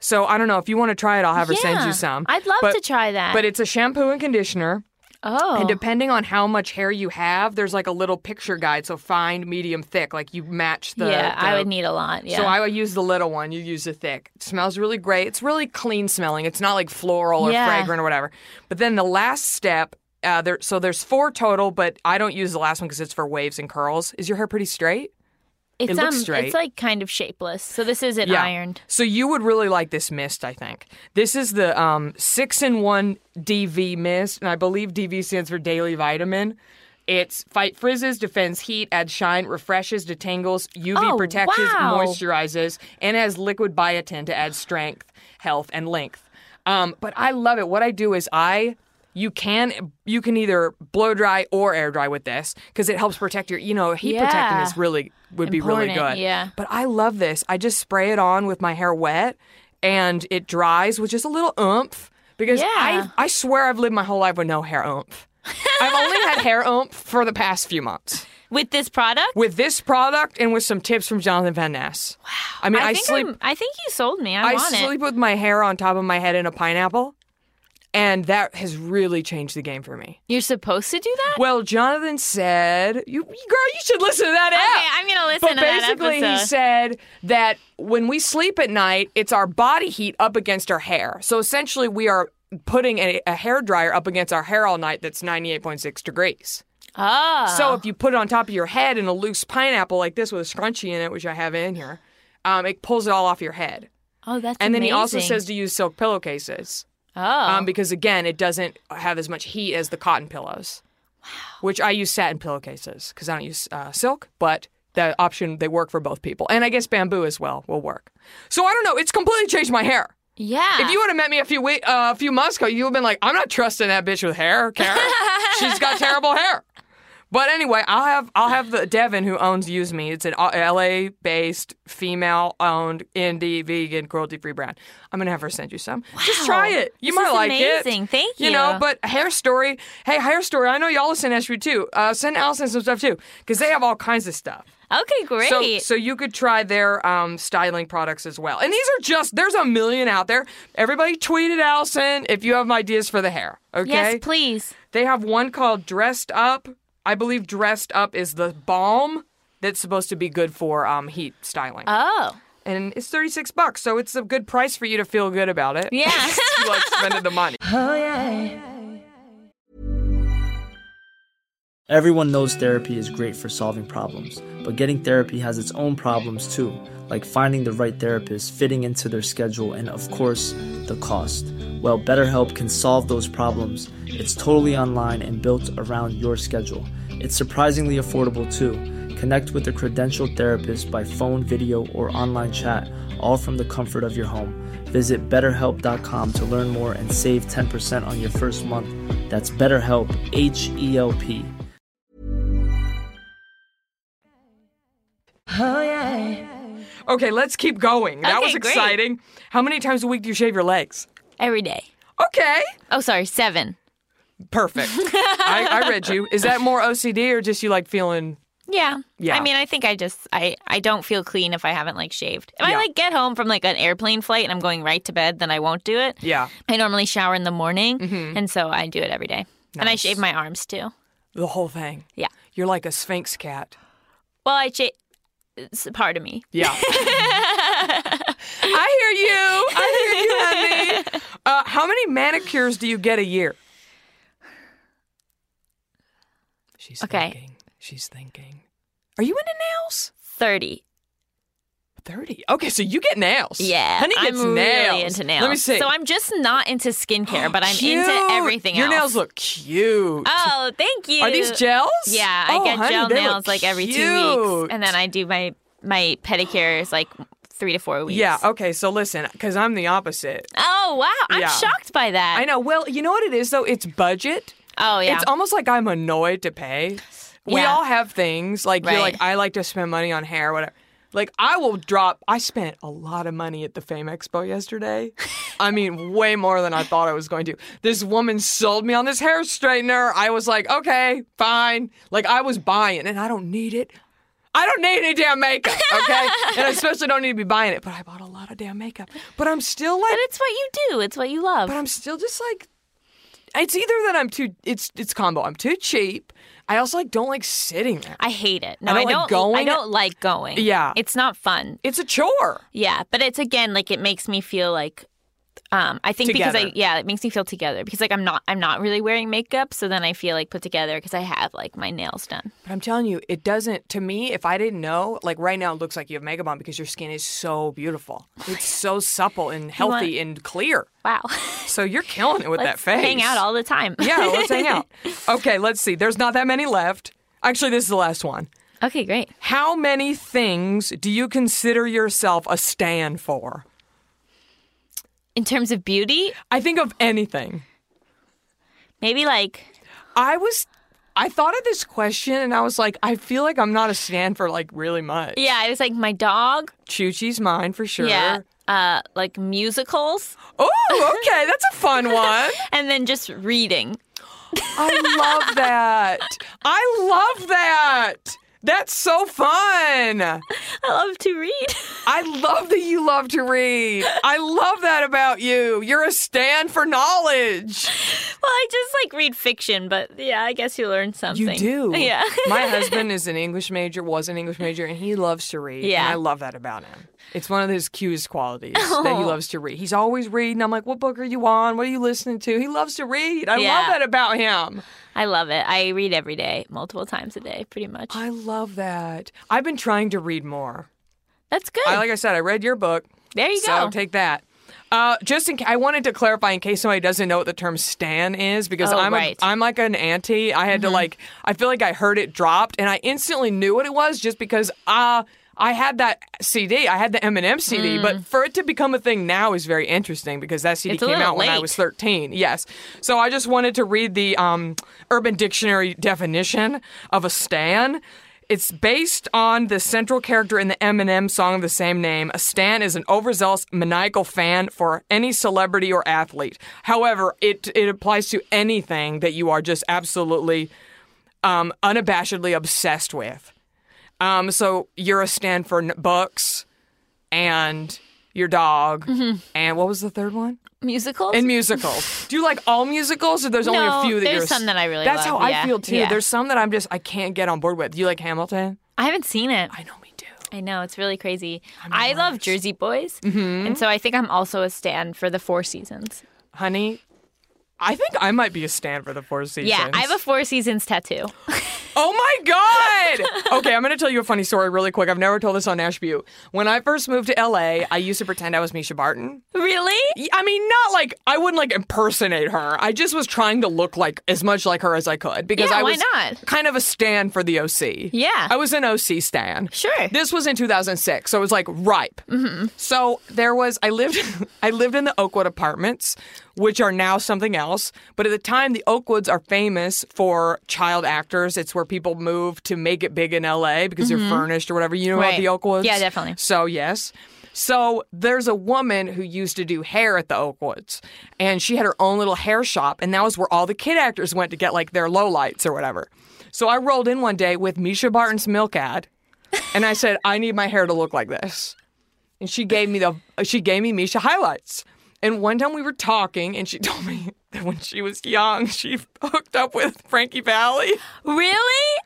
A: So I don't know if you want to try it. I'll have her send
C: Yeah.
A: you some.
C: I'd love
A: But-
C: to try that.
A: But it's a shampoo and conditioner.
C: oh.
A: And depending on how much hair you have, there's like a little picture guide. So fine, medium, thick. Like you match the.
C: yeah, I
A: the-
C: would need a lot. Yeah.
A: So I would use the little one. You use the thick. It smells really great. It's really clean smelling. It's not like floral or
C: Yeah.
A: fragrant or whatever. But then the last step. Uh, there, so there's four total, but I don't use the last one because it's for waves and curls. Is your hair pretty straight?
C: it's,
A: looks
C: um,
A: straight.
C: It's like kind of shapeless. So this isn't ironed.
A: So you would really like this mist, I think. This is the um, six in one DV mist, and I believe DV stands for daily vitamin. It's fight frizzes, defends heat, adds shine, refreshes, detangles, UV
C: Oh,
A: protects,
C: wow.
A: moisturizes, and has liquid biotin to add strength, health, and length. Um, but I love it. What I do is I you can you can either blow dry or air dry with this because it helps protect your you know heat protecting
C: Yeah.
A: is really would be really
C: Important,
A: good.
C: yeah.
A: But I love this. I just spray it on with my hair wet and it dries with just a little oomph because
C: Yeah.
A: I, I swear I've lived my whole life with no hair oomph. I've only had hair oomph for the past few months
C: With this product?
A: with this product and with some tips from Jonathan Van Ness. Wow. I mean, I,
C: think
A: sleep.
C: I'm- i think you sold me. I,
A: I
C: want
A: sleep
C: it.
A: with my hair on top of my head in a pineapple, and that has really changed the game for me.
C: You're supposed to do that.
A: Well, Jonathan said, "You, you- girl, you should listen to that app."
C: okay, I'm gonna listen
A: But
C: to that
A: basically, he
C: episode.
A: said that when we sleep at night, it's our body heat up against our hair. So essentially, we are putting a, a hair dryer up against our hair all night that's 98.6 degrees.
C: oh,
A: So if you put it on top of your head in a loose pineapple like this with a scrunchie in it, which I have in here, um, it pulls it all off your head.
C: oh, that's
A: And then he also
C: amazing.
A: says to use silk pillowcases.
C: Oh.
A: um, because again, it doesn't have as much heat as the cotton pillows. Wow. Which I use satin pillowcases because I don't use uh, silk, but the option they work for both people, and I guess bamboo as well will work. So I don't know. It's completely changed my hair.
C: yeah.
A: If you would have met me a few we- uh, a few months ago, you would have been like, "I'm not trusting that bitch with hair, Karen. She's got terrible hair." But anyway, I'll have I'll have the Devin who owns Use Me. It's an uh, L.A. based female owned indie vegan cruelty free brand. I'm gonna have her send you some. Just try it. You
C: This
A: might
C: is
A: like it.
C: amazing. Thank
A: You know,
C: you.
A: but Hair Story. Hey, Hair Story. I know y'all listen to SB too. Uh, send Allison some stuff too because they have all kinds of stuff.
C: okay, great.
A: So, so you could try their um, styling products as well. And these are just there's a million out there. Everybody tweet at Allison if you have ideas for the hair. Okay.
C: Yes, please.
A: They have one called Dressed Up. I believe Dressed Up is the balm that's supposed to be good for um, heat styling.
C: Oh.
A: and it's 36 bucks, so it's a good price for you to feel good about it.
C: Yeah.
A: you like spending the money.
D: Everyone knows therapy is great for solving problems, but getting therapy has its own problems too, like finding the right therapist, fitting into their schedule, and of course, the cost. Well, BetterHelp can solve those problems. It's totally online and built around your schedule. It's surprisingly affordable too. Connect with a credentialed therapist by phone, video, or online chat, all from the comfort of your home. Visit betterhelp.com to learn more and save 10% on your first month. That's BetterHelp, H E L P.
A: Okay, let's keep going. That
C: Okay,
A: was
C: great.
A: exciting. How many times a week do you shave your legs?
C: Every day.
A: Okay.
C: Oh, sorry, seven.
A: Perfect. I, I read you. Is that more OCD or just you like feeling?
C: Yeah.
A: Yeah.
C: I mean, I think I just I I don't feel clean if I haven't like shaved. If
A: Yeah.
C: I like get home from like an airplane flight and I'm going right to bed, then I won't do it.
A: Yeah. Mm-hmm.
C: I normally shower in the morning, and so I do it every day. And I
A: Nice.
C: shave my arms too.
A: The whole thing.
C: Yeah.
A: You're like a sphinx cat.
C: Well, I shave. It's a part of me.
A: Yeah. I hear you. I hear you, honey. Uh, how many manicures do you get a year? She's
C: Okay.
A: thinking. She's thinking. Are you into nails?
C: Thirty.
A: 30. Okay, so you get nails.
C: Yeah,
A: Honey
C: I'm
A: gets nails.
C: really into nails.
A: Let me see.
C: So I'm just not into skincare, but I'm into
A: Cute.
C: everything
A: Your
C: else.
A: nails look cute.
C: Oh, thank you.
A: Are these gels?
C: Yeah,
A: Oh,
C: I get
A: honey,
C: gel
A: they look
C: nails like every two
A: cute.
C: weeks, and then I do my my pedicures like three to four weeks.
A: Yeah, okay, so listen, because I'm the opposite.
C: Oh wow, I'm
A: Yeah.
C: shocked by that.
A: I know. Well, you know what it is, though? It's budget.
C: Oh yeah.
A: It's almost like I'm annoyed to pay. We
C: Yeah.
A: all have things. Like, you're
C: Right.
A: like, I like to spend money on hair, whatever. Like, I will drop, I spent a lot of money at the Fame Expo yesterday. I mean, way more than I thought I was going to. This woman sold me on this hair straightener. I was like, okay, fine. Like, I was buying, and I don't need it. I don't need any damn makeup, okay? and I especially don't need to be buying it, but I bought a lot of damn makeup. But I'm still like,
C: but it's what you do. It's what you love.
A: but I'm still just like it's either that I'm too it's it's combo. I'm too cheap. I also like don't like sitting there.
C: I hate it. No,
A: I
C: I
A: don't
C: don't.
A: like going.
C: I don't like going.
A: Yeah.
C: It's not fun.
A: It's a chore.
C: Yeah, but it's again like it makes me feel like. Um, I think because
A: Together.
C: I yeah, it makes me feel together because like I'm not I'm not really wearing makeup, so then I feel like put together because I have like my nails done.
A: But I'm telling you, it doesn't to me, if I didn't know, like right now it looks like you have makeup on because your skin is so beautiful. It's so supple and healthy and clear.
C: Wow,
A: So you're killing it with that
C: let's
A: face.
C: hang out all the time.
A: Yeah, let's hang out. Okay, let's see. There's not that many left. Actually, this is the last one.
C: okay, great.
A: How many things do you consider yourself a stand for?
C: In terms of beauty,
A: I think of anything.
C: maybe like
A: I was I thought of this question and I was like, I feel like I'm not a stand for like really much.
C: yeah, it was like my dog.
A: Chuchi's mine for sure.
C: Yeah, uh, like musicals,
A: Oh, okay. That's a fun one.
C: and then just reading.
A: I love that. I love that. That's so fun.
C: I love to read.
A: I love that you love to read. I love that about you. You're a stand for knowledge.
C: Well, I just like read fiction, but yeah, I guess you learn something.
A: You do.
C: Yeah.
A: My husband is an English major, was an English major, and he loves to read. And
C: Yeah.
A: I love that about him. It's one of his cutest qualities that he
C: Oh.
A: loves to read. He's always reading. I'm like, what book are you on? What are you listening to? He loves to read. I love
C: Yeah.
A: that about him.
C: I love it. I read every day, multiple times a day, pretty much.
A: I love that. I've been trying to read more.
C: That's good.
A: I, like I said, I read your book.
C: there you
A: so
C: go.
A: take that. Uh, just in ca- I wanted to clarify in case somebody doesn't know what the term stan is because
C: Oh,
A: I'm
C: right. Mm-hmm.
A: a, I'm like an auntie. I had to like I feel like I heard it dropped and I instantly knew what it was just because uh I had that CD. I had the Eminem CD,
C: Mm.
A: but for it to become a thing now is very interesting because that CD
C: It's a
A: came
C: little
A: out when I
C: late.
A: was 13. Yes. So I just wanted to read the um, Urban Dictionary definition of a stan. It's based on the central character in the Eminem song of the same name. A stan is an overzealous, maniacal fan for any celebrity or athlete. However, it it applies to anything that you are just absolutely um, unabashedly obsessed with. Um, so you're a stan for n- books and your dog,
C: Mm-hmm.
A: and what was the third one?
C: Musicals?
A: And musicals. Do you like all musicals, or there's only
C: No,
A: a few that
C: there's
A: you're?
C: some that I really
A: That's how
C: love,
A: I
C: yeah,
A: feel too.
C: yeah.
A: There's some that I'm just I can't get on board with. Do you like Hamilton?
C: I haven't seen it.
A: I know me too.
C: I know it's really crazy. I love Jersey Boys,
A: Mm-hmm.
C: and so I think I'm also a stan for the Four Seasons.
A: Honey, I think I might be a stan for the Four Seasons.
C: Yeah, I have a Four Seasons tattoo.
A: Oh my God! Okay, I'm gonna tell you a funny story really quick. I've never told this on Ashview. When I first moved to LA, I used to pretend I was Misha Barton.
C: really?
A: Y- I mean, not like I wouldn't like impersonate her. I just was trying to look like as much like her as I could because
C: Yeah,
A: I
C: why
A: was
C: not?
A: kind of a stan for the OC.
C: Yeah.
A: I was an OC stan.
C: Sure.
A: This was in 2006, so it was like ripe. So there was I lived I lived in the Oakwood apartments, which are now something else. But at the time, the Oakwoods are famous for child actors. It's where people move to make it big in LA because they are furnished or whatever. You know about
C: Mm-hmm. Right.
A: the Oakwoods?
C: Yeah, definitely.
A: So yes. So there's a woman who used to do hair at the Oakwoods, and she had her own little hair shop, and that was where all the kid actors went to get like their lowlights or whatever. So I rolled in one day with Misha Barton's milk ad, and I said, "I need my hair to look like this." And she gave me the she gave me Misha highlights. And one time we were talking, and she told me that when she was young, she hooked up with Frankie Valley.
C: Really?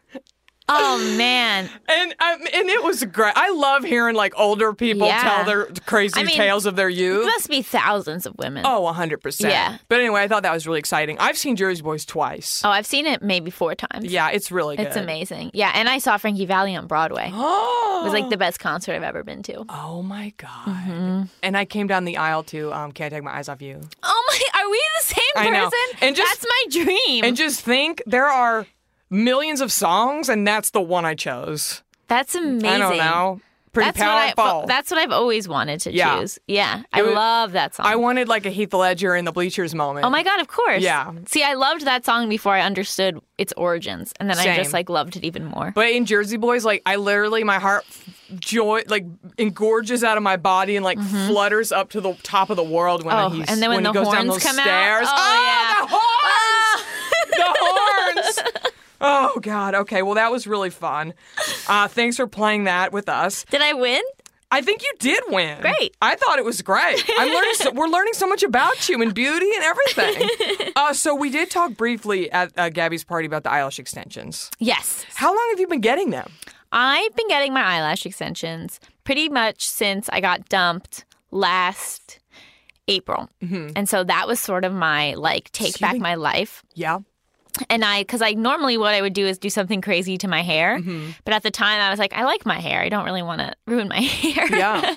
C: Oh man!
A: And um, and it was great. I love hearing like older people
C: Yeah.
A: tell their crazy
C: I mean,
A: tales of their
C: It
A: youth.
C: must be thousands of women.
A: Oh, 100%.
C: Yeah.
A: But anyway, I thought that was really exciting. I've seen Jersey Boys twice.
C: Oh, I've seen it maybe four times.
A: Yeah, it's really good.
C: It's amazing. Yeah, and I saw Frankie Valley on Broadway. It
A: Oh,
C: was like the best concert I've ever been to.
A: oh my God.
C: Mm-hmm.
A: And I came down the aisle to um, Can't Take My Eyes Off You.
C: Oh my! Are we the same
A: I
C: person?
A: know. And just-
C: That's my dream.
A: And just think there are millions of songs, and that's the one I chose.
C: that's amazing.
A: I don't know. Pretty
C: That's what
A: powerful.
C: I. That's what I've always wanted to
A: Yeah.
C: choose. Yeah, I
A: was-
C: love that song.
A: I wanted like a Heath Ledger in the bleachers moment.
C: Oh my god, of course.
A: Yeah.
C: See, I loved that song before I understood its origins, and then I
A: Same.
C: just like loved it even more.
A: But in Jersey Boys, like I literally, my heart joy like engorges out of my body and like flutters up to the top of the world when
C: Mm-hmm. oh,
A: he's
C: and then when,
A: he
C: the
A: goes
C: horns
A: down those
C: come
A: stairs.
C: out,
A: oh,
C: oh, Ah.
A: the horns! the horns! Oh God. Okay. Well, that was really fun. Uh, thanks for playing that with us.
C: yeah. Did I win?
A: I think you did win.
C: Great.
A: I thought it was great. I'm learning. So, we're learning so much about you and beauty and everything. Uh, so we did talk briefly at uh, Gabby's party about the eyelash extensions.
C: Yes.
A: How long have you been getting them?
C: I've been getting my eyelash extensions pretty much since I got dumped last April,
A: Mm-hmm.
C: and so that was sort of my like take back my life.
A: Yeah.
C: and I because I normally what I would do is do something crazy to my hair,
A: Mm-hmm.
C: but at the time I was like, I like my hair. I don't really want to ruin my hair.
A: Yeah.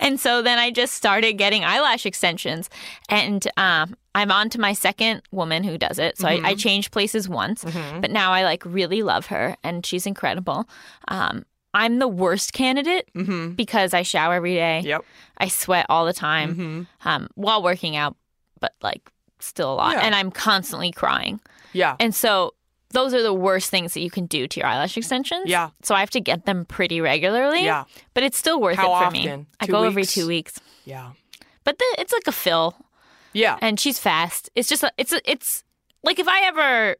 C: and so then I just started getting eyelash extensions, and um, I'm on to my second woman who does it. So
A: Mm-hmm.
C: I, I changed places once, but now I like really love her, and she's incredible. Um, I'm the worst candidate
A: Mm-hmm.
C: because I shower every day.
A: Yep. Mm-hmm.
C: I sweat all the time um, while working out, but like still a lot,
A: Yeah.
C: and I'm constantly crying.
A: Yeah.
C: And so those are the worst things that you can do to your eyelash extensions.
A: Yeah.
C: So I have to get them pretty regularly.
A: Yeah.
C: But it's still worth
A: How
C: it for
A: often?
C: me. I
A: Two
C: go every
A: weeks?
C: two weeks.
A: Yeah.
C: But the, it's like a fill,
A: Yeah.
C: and she's fast. It's just a- it's a- it's like if I ever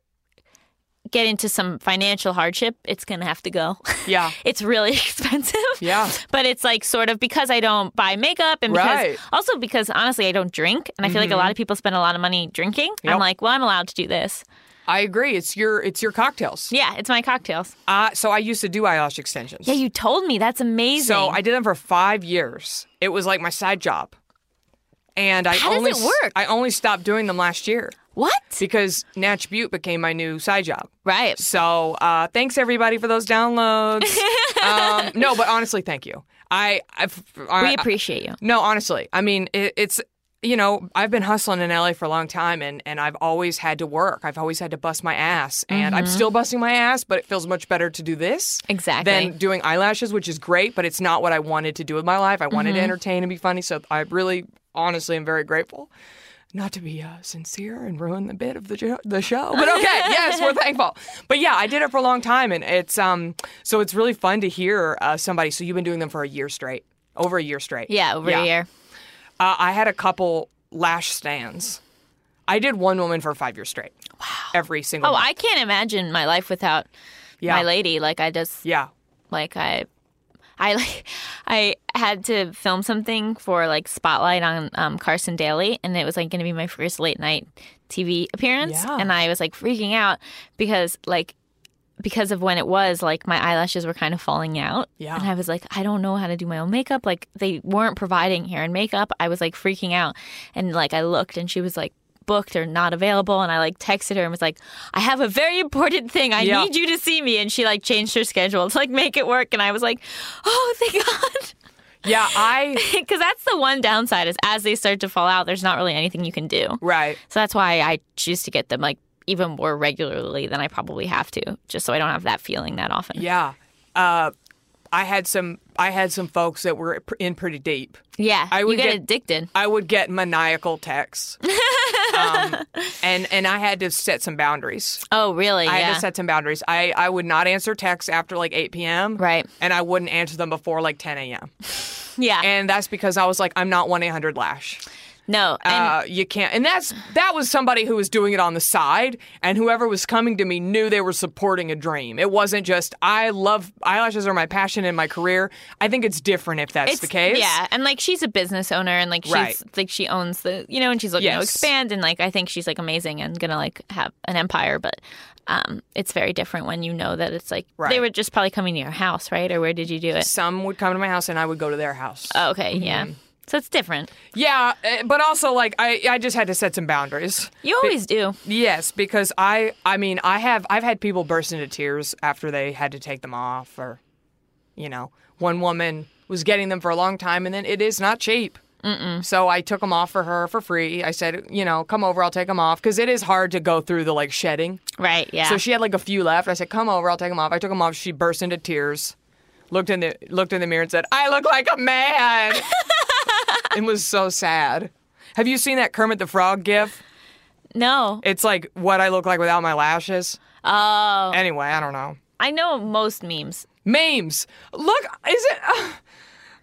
C: get into some financial hardship, it's gonna have to go.
A: Yeah.
C: it's really expensive.
A: Yeah.
C: But it's like sort of because I don't buy makeup and because
A: Right. Mm-hmm.
C: also because honestly I don't drink and I feel like a lot of people spend a lot of money drinking.
A: Yep.
C: I'm like, well, I'm allowed to do this.
A: I agree. It's your it's your cocktails.
C: Yeah, it's my cocktails.
A: Uh, so I used to do eyelash extensions.
C: Yeah, you told me. That's amazing.
A: so I did them for five years. It was like my side job. And I
C: How does
A: only
C: it
A: s-
C: work?
A: I only stopped doing them last year
C: what?
A: because Natch Butte became my new side job.
C: Right.
A: So uh, thanks everybody for those downloads. um, no, but honestly, thank you. I, I've, I
C: we appreciate you.
A: No, honestly, I mean it, it's you know I've been hustling in LA for a long time, and and I've always had to work. I've always had to bust my ass, and I'm still busting my ass, but it feels much better to do this
C: Mm-hmm. Exactly.
A: than doing eyelashes, which is great, but it's not what I wanted to do with my life. I
C: Mm-hmm.
A: wanted to entertain and be funny, so I really, honestly, am very grateful. Not to be uh, sincere and ruin the bit of the jo- the show, but okay, yes, we're thankful. But yeah, I did it for a long time, and it's um, so it's really fun to hear uh, somebody. So you've been doing them for a year straight, over a year straight.
C: Yeah, over a year.
A: Uh, I had a couple lash stands. I did one woman for five years straight. Wow. Every single.
C: Oh,
A: month.
C: I can't imagine my life without
A: Yeah.
C: my lady. Like I just
A: Yeah.
C: like I I like I had to film something for like Spotlight on um, Carson Daly, and it was like going to be my first late night TV appearance,
A: Yeah.
C: and I was like freaking out because like because of when it was like my eyelashes were kind of falling out
A: Yeah.
C: and i was like i don't know how to do my own makeup like they weren't providing hair and makeup i was like freaking out and like i looked and she was like booked or not available and i like texted her and was like i have a very important thing i
A: Yeah.
C: need you to see me and she like changed her schedule to like make it work and i was like oh thank god
A: Yeah. I.
C: because that's the one downside is as they start to fall out there's not really anything you can do
A: Right.
C: so that's why I choose to get them like even more regularly than I probably have to, just so I don't have that feeling that often.
A: Yeah. Uh, I had some. I had some folks that were in pretty deep.
C: yeah
A: I would
C: you get,
A: get-
C: addicted.
A: I would get maniacal texts, um, and and I had to set some boundaries.
C: Oh, really?
A: I
C: yeah.
A: had to set some boundaries. I, I would not answer texts after like 8 p.m.
C: Right.
A: And I wouldn't answer them before like 10 a.m.
C: yeah.
A: And that's because I was like, I'm not 1 800 Lash.
C: no. And
A: uh, you can't. And that's that was somebody who was doing it on the side, and whoever was coming to me knew they were supporting a dream. It wasn't just I love eyelashes are my passion and my career. I think it's different if that's
C: it's
A: the case.
C: Yeah, and like she's a business owner, and like she's
A: Right.
C: like she owns the you know, and she's looking to
A: Yes.
C: expand, and like I think she's like amazing and gonna like have an empire, but um, it's very different when you know that it's like they
A: Right.
C: were just probably coming to your house, right? Or where did you do it?
A: Some would come to my house, and I would go to their house.
C: Oh, okay, yeah. So it's different.
A: yeah, eh, but also like I I just had to set some boundaries.
C: You always do.
A: Yes, because I I mean I have I've had people burst into tears after they had to take them off or you know, one woman was getting them for a long time and then it is not cheap. Mm-mm. So I took them off for her for free. I said, you know, come over, I'll take them off because it is hard to go through the like shedding.
C: Right, yeah.
A: So she had like a few left. I said, come over, I'll take them off. I took them off. She burst into tears, looked in the looked in the mirror and said, I look like a man. and was so sad. Have you seen that Kermit the Frog gif?
C: no.
A: It's like what I look like without my lashes.
C: Oh.
A: Anyway, I don't know.
C: I know most memes.
A: Memes. Look, is it.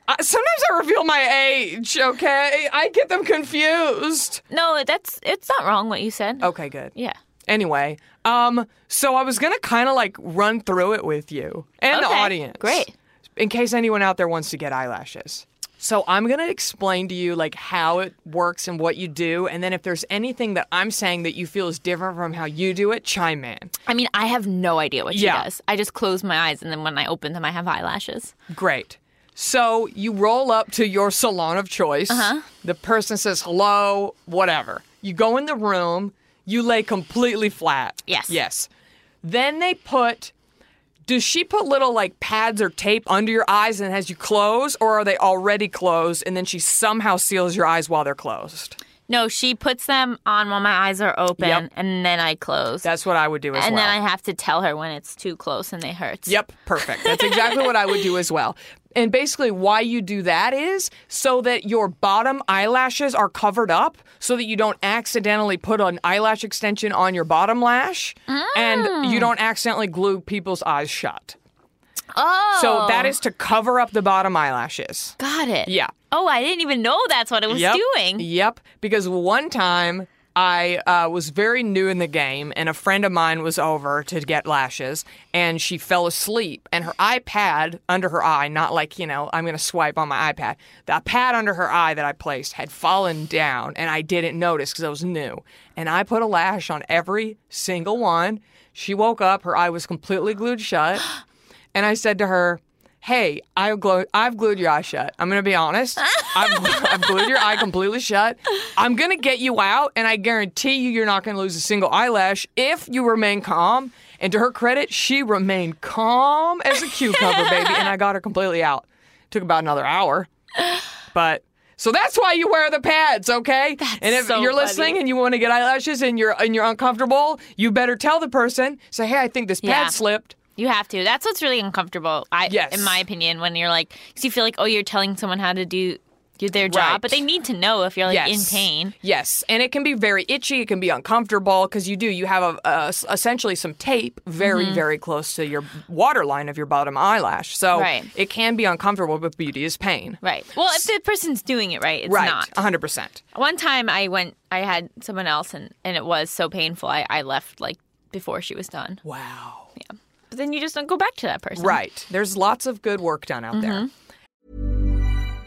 A: Uh, sometimes I reveal my age, okay? I get them confused.
C: No, that's it's not wrong what you said.
A: Okay, good.
C: Yeah.
A: Anyway, um, so I was gonna kind of like run through it with you and the
C: Okay,
A: audience.
C: great.
A: In case anyone out there wants to get eyelashes. So I'm gonna explain to you like how it works and what you do, and then if there's anything that I'm saying that you feel is different from how you do it, chime in.
C: I mean, I have no idea what she
A: Yeah.
C: does. I just close my eyes and then when I open them I have eyelashes.
A: Great. So you roll up to your salon of choice.
C: Uh-huh.
A: The person says hello, whatever. You go in the room, you lay completely flat.
C: Yes.
A: Yes. Then they put does she put little like pads or tape under your eyes and has you close or are they already closed and then she somehow seals your eyes while they're closed?
C: No, she puts them on while my eyes are open
A: Yep.
C: and then I close.
A: That's what I would do as
C: and
A: well.
C: then I have to tell her when it's too close and it hurts.
A: Yep, perfect. That's exactly what I would do as well. And basically, why you do that is so that your bottom eyelashes are covered up, so that you don't accidentally put an eyelash extension on your bottom lash, and you don't accidentally glue people's eyes shut.
C: Oh.
A: So that is to cover up the bottom eyelashes.
C: Got it.
A: Yeah.
C: Oh, I didn't even know that's what it was
A: yep.
C: doing.
A: Yep. Because one time I uh, was very new in the game, and a friend of mine was over to get lashes, and she fell asleep, and her iPad under her eye, not like, you know, I'm going to swipe on my iPad, the pad under her eye that I placed had fallen down, and I didn't notice because I was new. And I put a lash on every single one. She woke up, her eye was completely glued shut. And I said to her, Hey, I glu- I've glued your eye shut. I'm going to be honest. I've, I've glued your eye completely shut. I'm going to get you out, and I guarantee you, you're not going to lose a single eyelash if you remain calm. And to her credit, she remained calm as a cucumber, baby, and I got her completely out. Took about another hour. But so that's why you wear the pads, okay? and if
C: so
A: you're
C: funny.
A: listening and you want to get eyelashes and you're and you're uncomfortable, you better tell the person. Say, hey, I think this pad
C: Yeah.
A: slipped.
C: You have to. That's what's really uncomfortable. I,
A: Yes.
C: in my opinion, when you're like, because you feel like, oh, you're telling someone how to do do their job,
A: Right.
C: but they need to know if you're like
A: yes.
C: in pain.
A: Yes, and it can be very itchy. It can be uncomfortable because you do you have a, a- s- essentially some tape very
C: Mm-hmm.
A: very close to your waterline of your bottom eyelash, so
C: Right.
A: it can be uncomfortable. But beauty is pain.
C: Right. Well, if the person's doing it right, it's
A: Right,
C: not.
A: hundred percent.
C: One time I went, I had someone else, and, and it was so painful. I, I left like before she was done.
A: Wow.
C: But then you just don't go back to that person.
A: Right. There's lots of good work done out there.
C: Mm-hmm.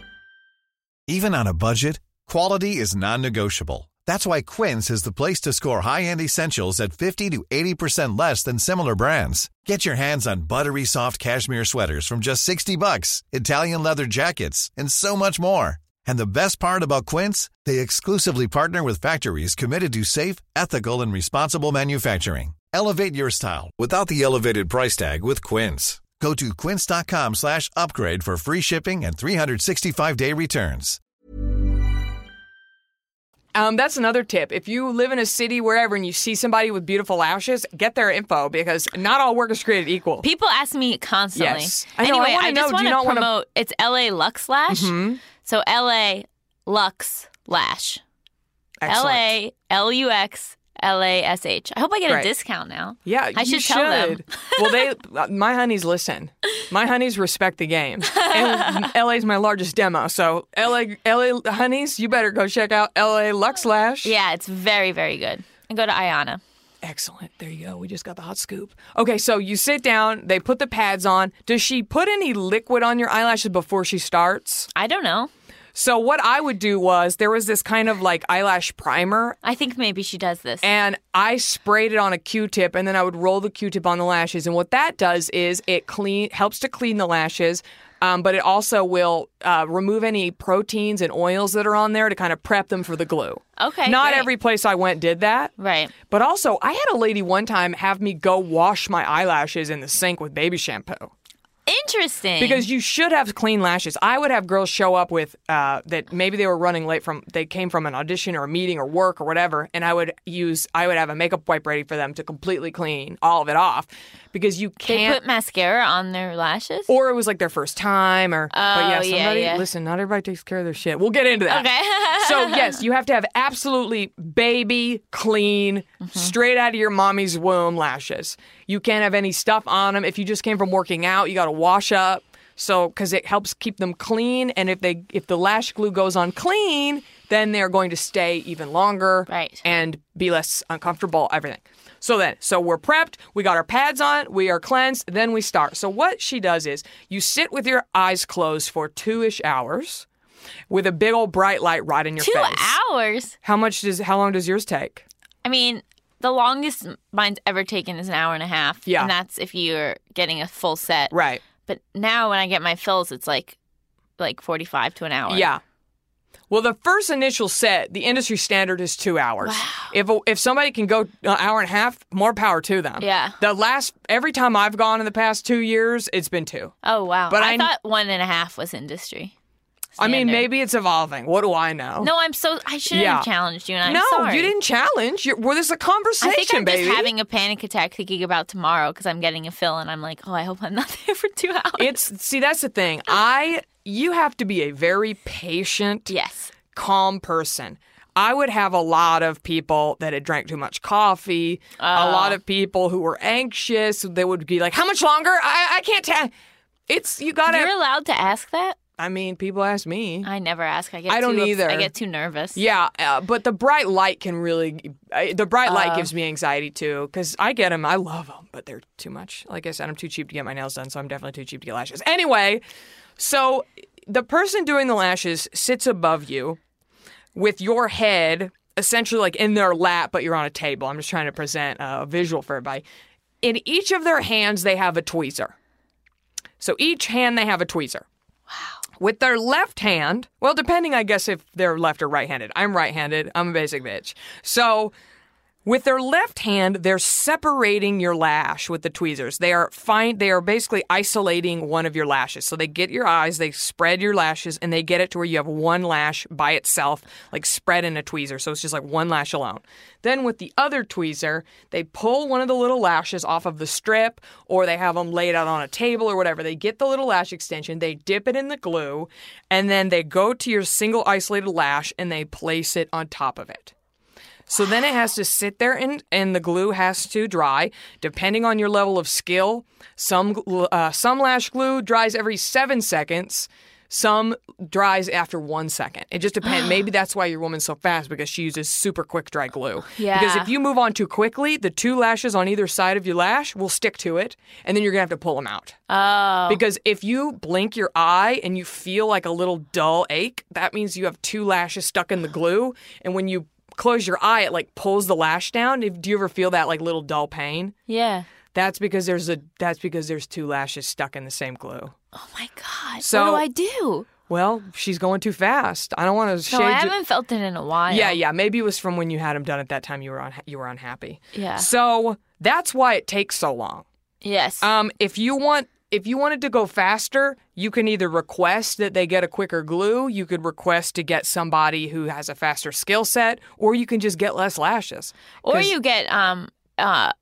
E: Even on a budget, quality is non-negotiable. That's why Quince is the place to score high-end essentials at 50 to 80% less than similar brands. Get your hands on buttery soft cashmere sweaters from just 60 bucks, Italian leather jackets, and so much more. And the best part about Quince, they exclusively partner with factories committed to safe, ethical, and responsible manufacturing. Elevate your style without the elevated price tag with Quince. Go to quince.com slash upgrade for free shipping and 365-day returns.
A: Um, that's another tip. If you live in a city wherever and you see somebody with beautiful lashes, get their info because not all work is created equal.
C: People ask me constantly.
A: Yes. I know, I
C: anyway,
A: wanna know,
C: just
A: do
C: want
A: you
C: to
A: not wanna- Mm-hmm.
C: promote. It's LA Lux Lash. So LA Lux Lash.
A: Excellent.
C: L A L U X L A S H. I hope I get
A: Right.
C: a discount now.
A: Yeah,
C: I should
A: you
C: tell them.
A: should. well, they, uh, my honeys listen. My honeys respect the game. And LA's my largest demo, so LA, LA honeys, you better go check out LA Lux Lash.
C: Yeah, it's very very good. And go to Ayana.
A: Excellent. There you go. We just got the hot scoop. Okay, so you sit down, they put the pads on. Does she put any liquid on your eyelashes before she starts?
C: I don't know.
A: So what I would do was there was this kind of like eyelash primer
C: I think maybe she does this.
A: and I sprayed it on a Q-tip and then I would roll the Q-tip on the lashes and what that does is it clean helps to clean the lashes. Um, but it also will uh, remove any proteins and oils that are on there to kind of prep them for the glue.
C: Okay,
A: Not
C: great.
A: every place I went did that.
C: right.
A: But also, I had a lady one time have me go wash my eyelashes in the sink with baby shampoo
C: Interesting.
A: because you should have clean lashes. I would have girls show up with uh, that maybe they were running late from they came from an audition or a meeting or work or whatever, and I would use I would have a makeup wipe ready for them to completely clean all of it off because you
C: they
A: can't.
C: put mascara on their lashes.
A: or it was like their first time, or but yeah,
C: Oh, yeah,
A: somebody
C: yeah.
A: listen. Not everybody takes care of their shit. We'll get into that.
C: okay.
A: so yes, you have to have absolutely baby clean, straight out of your mommy's womb lashes. You can't have any stuff on them. If you just came from working out, you got to wash up. So because it helps keep them clean, and if they if the lash glue goes on clean, then they're going to stay even longer,
C: Right.
A: And be less uncomfortable. Everything. So then, so we're prepped. We got our pads on. We are cleansed. Then we start. So what she does is you sit with your eyes closed for two ish hours with a big old bright light right in your
C: Two
A: face.
C: hours.
A: How much does how long does yours take?
C: I mean, the longest mine's ever taken is an hour and a half.
A: Yeah.
C: And that's if you're getting a full set.
A: Right.
C: But now when I get my fills, it's like like 45 to an hour.
A: Yeah. Well, the first initial set, the industry standard is two hours. If if somebody can go an hour and a half, more power to them.
C: Yeah.
A: The last every time I've gone in the past two years, it's been two.
C: Oh, wow.
A: But
C: I,
A: I-
C: thought one and a half was industry.
A: I mean,
C: Standard.
A: maybe it's evolving. What do I know?
C: No, I'm so. I shouldn't
A: Yeah.
C: have challenged you, and I'm
A: no,
C: sorry.
A: you didn't challenge. you well, this is a conversation,
C: I think I'm
A: baby.
C: just having a panic attack thinking about tomorrow because I'm getting a fill, and I'm like, oh, I hope I'm not there for two hours.
A: it's see, that's the thing. I you have to be a very patient
C: yes.
A: calm person. I would have a lot of people that had drank too much coffee, a lot of people who were anxious. They would be like, How much longer? I, I can't tell. It's, you gotta.
C: You're allowed to ask that.
A: I mean, people ask me.
C: I never ask. I get.
A: I don't
C: too,
A: either.
C: I get too nervous.
A: yeah, uh, but the bright light can really, uh, the bright light gives me anxiety too, because I get them, I love them, but they're too much. Like I said, I'm too cheap to get my nails done, so I'm definitely too cheap to get lashes. Anyway, so the person doing the lashes sits above you with your head essentially like in their lap, but you're on a table. I'm just trying to present uh, a visual for everybody. In each of their hands, they have a tweezer. So each hand, they have a tweezer. Wow. With their left hand, well, depending, I guess, if they're left or right handed. I'm right handed. I'm a basic bitch. So With their left hand, they're separating your lash with the tweezers. They are fine. They are basically isolating one of your lashes. So they get your eyes, they spread your lashes, and they get it to where you have one lash by itself, like spread in a tweezer. So it's just like one lash alone. Then with the other tweezer, they pull one of the little lashes off of the strip, or they have them laid out on a table or whatever. They get the little lash extension, they dip it in the glue, and then they go to your single isolated lash and they place it on top of it. So then it has to sit there and, and the glue has to dry. Depending on your level of skill, some gl- uh, some lash glue dries every seven seconds. Some dries after one second. It just depends. Maybe that's why your woman's so fast because she uses super quick dry glue.
C: Yeah.
A: Because if you move on too quickly, the two lashes on either side of your lash will stick to it, and then you're gonna have to pull them out.
C: Oh.
A: Because if you blink your eye and you feel like a little dull ache, that means you have two lashes stuck in the glue. And when you close your eye, it like pulls the lash down. If, do you ever feel that like little dull pain?
C: Yeah.
A: That's because there's a that's because there's two lashes stuck in the same glue.
C: Oh my god.
A: So-
C: what do I do?
A: Well, she's going too fast. I don't want to shade.
C: No, I
A: you-
C: haven't felt it in a while.
A: Yeah, yeah. Maybe it was from when you had them done at that time. You were on. You were unhappy.
C: Yeah.
A: So that's why it takes so long.
C: Yes.
A: Um, if you want, if you wanted to go faster, you can either request that they get a quicker glue. You could request to get somebody who has a faster skill set, or you can just get less lashes.
C: or
A: 'cause-
C: you get um uh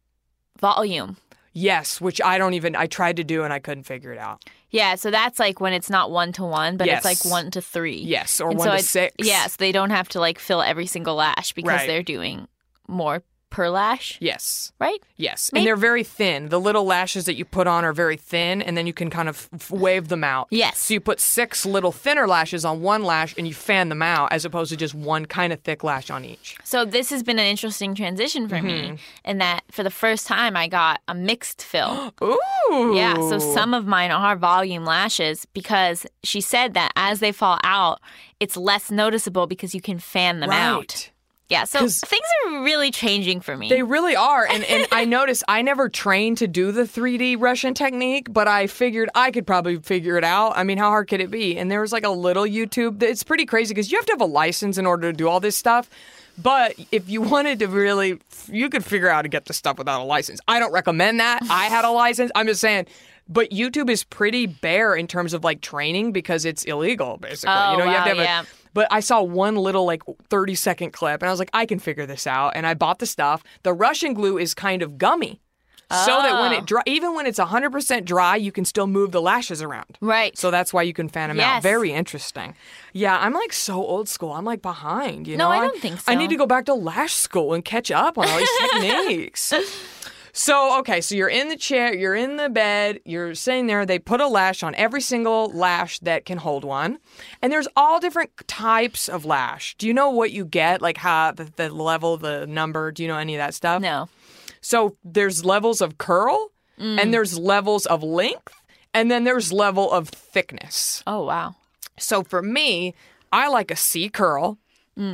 C: volume.
A: Yes, which I don't even. I tried to do and I couldn't figure it out.
C: Yeah, so that's like when it's not one to one, but
A: Yes.
C: it's like one to three.
A: Yes, or
C: And
A: one
C: so
A: to
C: it-
A: six.
C: Yeah, so they don't have to like fill every single lash because
A: Right.
C: they're doing more per lash,
A: Yes.
C: right?
A: Yes.
C: May-
A: And they're very thin. The little lashes that you put on are very thin, and then you can kind of f- wave them out.
C: Yes.
A: So you put six little thinner lashes on one lash and you fan them out as opposed to just one kind of thick lash on each.
C: So this has been an interesting transition for
A: Mm-hmm.
C: me in that for the first time I got a mixed fill.
A: Ooh.
C: yeah, so some of mine are volume lashes because she said that as they fall out, it's less noticeable because you can fan them
A: right.
C: out. Yeah, so
A: 'Cause-
C: things are really changing for me.
A: They really are. And, and I noticed I never trained to do the 3D Russian technique, but I figured I could probably figure it out. I mean, how hard could it be? And there was like a little YouTube. It's pretty crazy because you have to have a license in order to do all this stuff. But if you wanted to really, you could figure out how to get this stuff without a license. I don't recommend that. I had a license. I'm just saying. But YouTube is pretty bare in terms of like training because it's illegal, basically.
C: Oh,
A: you know, you have to have
C: wow, yeah.
A: a but I saw one little like 30 second clip and I was like, I can figure this out. And I bought the stuff. The Russian glue is kind of gummy. So that when
C: Oh.
A: it dry, even when it's 100% dry, you can still move the lashes around.
C: right.
A: So that's why you can fan them out.
C: Yes.
A: Very interesting. Yeah, I'm like so old school. I'm like behind, you
C: No,
A: know?
C: I don't think
A: I
C: so.
A: need to go back to lash school and catch up on all these techniques. So, okay, so you're in the chair, you're in the bed, you're sitting there. They put a lash on every single lash that can hold one. And there's all different types of lash. Do you know what you get? Like how the, the level, the number? Do you know any of that stuff?
C: no.
A: So there's levels of curl, and there's levels of length, and then there's level of thickness.
C: Oh wow.
A: So for me, I like a C curl,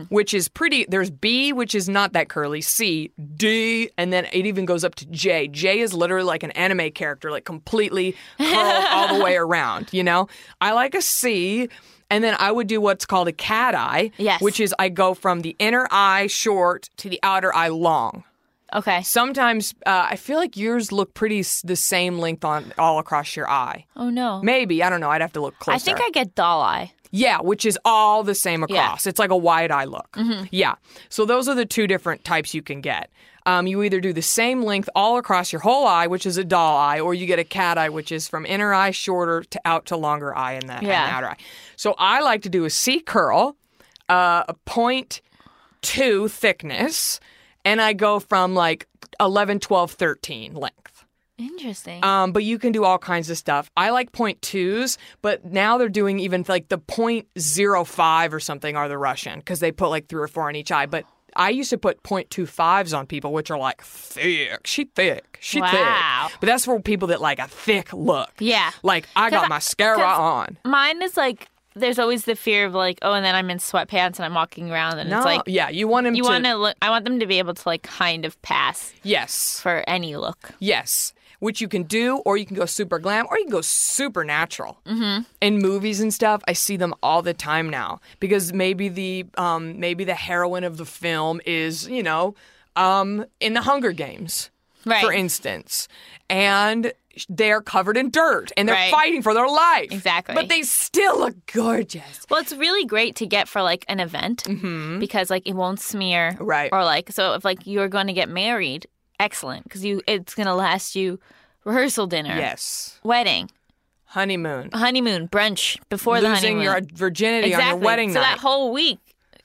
A: which is pretty. There's B, which is not that curly. C, D, and then it even goes up to J. J is literally like an anime character, like completely curled all the way around. You know, I like a C. And then I would do what's called a cat eye,
C: Yes.
A: which is I go from the inner eye short to the outer eye long.
C: Okay.
A: Sometimes uh, I feel like yours look pretty s- the same length on all across your eye.
C: Oh no.
A: Maybe I don't know. I'd have to look closer.
C: I think I get doll eye.
A: Yeah, which is all the same across. It's like a wide eye look. Yeah. So those are the two different types you can get. Um, you either do the same length all across your whole eye, which is a doll eye, or you get a cat eye, which is from inner eye shorter to out to longer eye in that
C: Yeah.
A: outer eye. So I like to do a C curl, uh, a point two thickness, and I go from like 11, 12, 13 length.
C: Interesting.
A: Um, but you can do all kinds of stuff. I like point twos, but now they're doing even like the point zero five or something are the Russian because they put like three or four on each eye. But I used to put point two fives on people, which are like thick. She thick. She
C: Wow.
A: thick. But that's for people that like a thick look.
C: Yeah.
A: Like I
C: 'Cause
A: got
C: I-
A: mascara
C: 'cause-
A: on.
C: Mine is like there's always the fear of like oh and then I'm in sweatpants and I'm walking around and
A: No,
C: it's like
A: yeah, you want him
C: you
A: to.
C: want to look I want them to be able to like kind of pass
A: yes,
C: for any look.
A: yes. Which you can do, or you can go super glam, or you can go super natural.
C: Mm-hmm.
A: in movies and stuff, I see them all the time now because maybe the um, maybe the heroine of the film is you know um, in the Hunger Games,
C: Right.
A: for instance, and they're covered in dirt and they're
C: Right.
A: fighting for their life.
C: Exactly.
A: But they still look gorgeous.
C: Well, it's really great to get for like an event because like it won't smear,
A: Mm-hmm. Right.
C: Or like so if like you're going to get married, excellent because you it's going to last you rehearsal dinner,
A: Yes.
C: wedding,
A: Honeymoon.
C: honeymoon, brunch before the
A: Losing
C: honeymoon,
A: your virginity
C: exactly.
A: on your wedding
C: so
A: night.
C: that whole week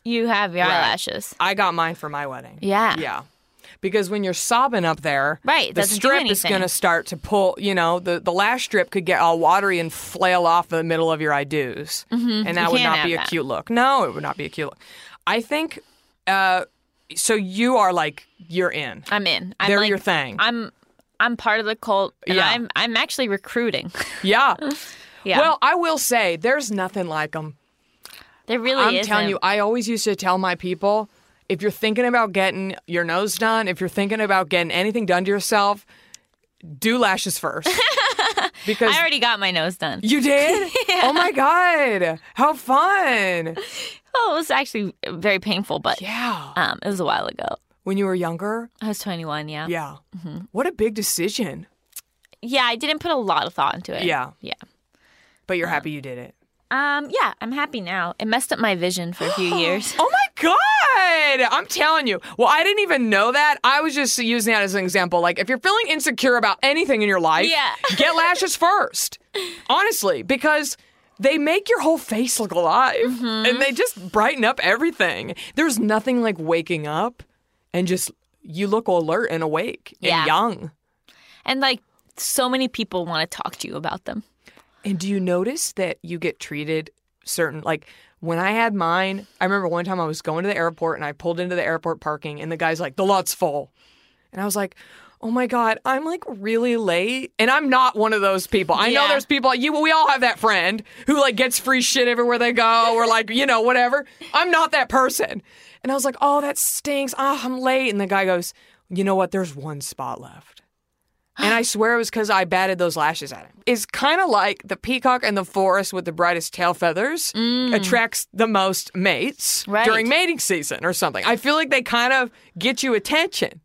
C: you have your
A: Right.
C: eyelashes.
A: I got mine for my wedding.
C: Yeah.
A: Yeah. Because when you're sobbing up there,
C: Right, it
A: the
C: doesn't do
A: strip is
C: anything.
A: going to start to pull, you know, the, the lash strip could get all watery and flail off the middle of your I do's. Mm-hmm. And that
C: You
A: would
C: can't
A: not be
C: have
A: a
C: that.
A: cute look. No, it would not be a cute look. I think, uh, so you are like, you're in.
C: I'm in. I'm
A: They're
C: like,
A: your thing.
C: I'm I'm part of the cult. And
A: Yeah.
C: I'm I'm actually recruiting.
A: yeah.
C: yeah.
A: Well, I will say, there's nothing like them.
C: there really
A: I'm
C: isn't.
A: telling you, I always used to tell my people if you're thinking about getting your nose done, if you're thinking about getting anything done to yourself, do lashes first. because
C: I already got my nose done.
A: you did? Oh my God. How fun.
C: Oh, it was actually very painful, but
A: Yeah.
C: um, it was a while ago.
A: When you were younger?
C: I was 21, yeah.
A: Yeah. What a big decision.
C: Yeah, I didn't put a lot of thought into it.
A: Yeah.
C: Yeah.
A: But you're happy you did it.
C: Um, yeah, I'm happy now. It messed up my vision for a few years.
A: Oh my God. I'm telling you. Well, I didn't even know that. I was just using that as an example. Like, if you're feeling insecure about anything in your life,
C: Yeah.
A: get lashes first. Honestly, because they make your whole face look alive
C: Mm-hmm.
A: and they just brighten up everything. There's nothing like waking up and just you look alert and awake and
C: Yeah.
A: young.
C: And like so many people want to talk to you about them.
A: And do you notice that you get treated certain like when I had mine, I remember one time I was going to the airport and I pulled into the airport parking and the guy's like, "The lot's full." And I was like, "Oh my god, I'm like really late." And I'm not one of those people. I know
C: Yeah.
A: there's people you we all have that friend who like gets free shit everywhere they go or like, you know, whatever. I'm not that person. And I was like, "Oh, that stinks. Ah, I'm late." And the guy goes, "You know what? There's one spot left." And I swear it was because I batted those lashes at him. It's kind of like the peacock in the forest with the brightest tail feathers attracts the most mates
C: Mm. Right.
A: during mating season or something. I feel like they kind of get you attention.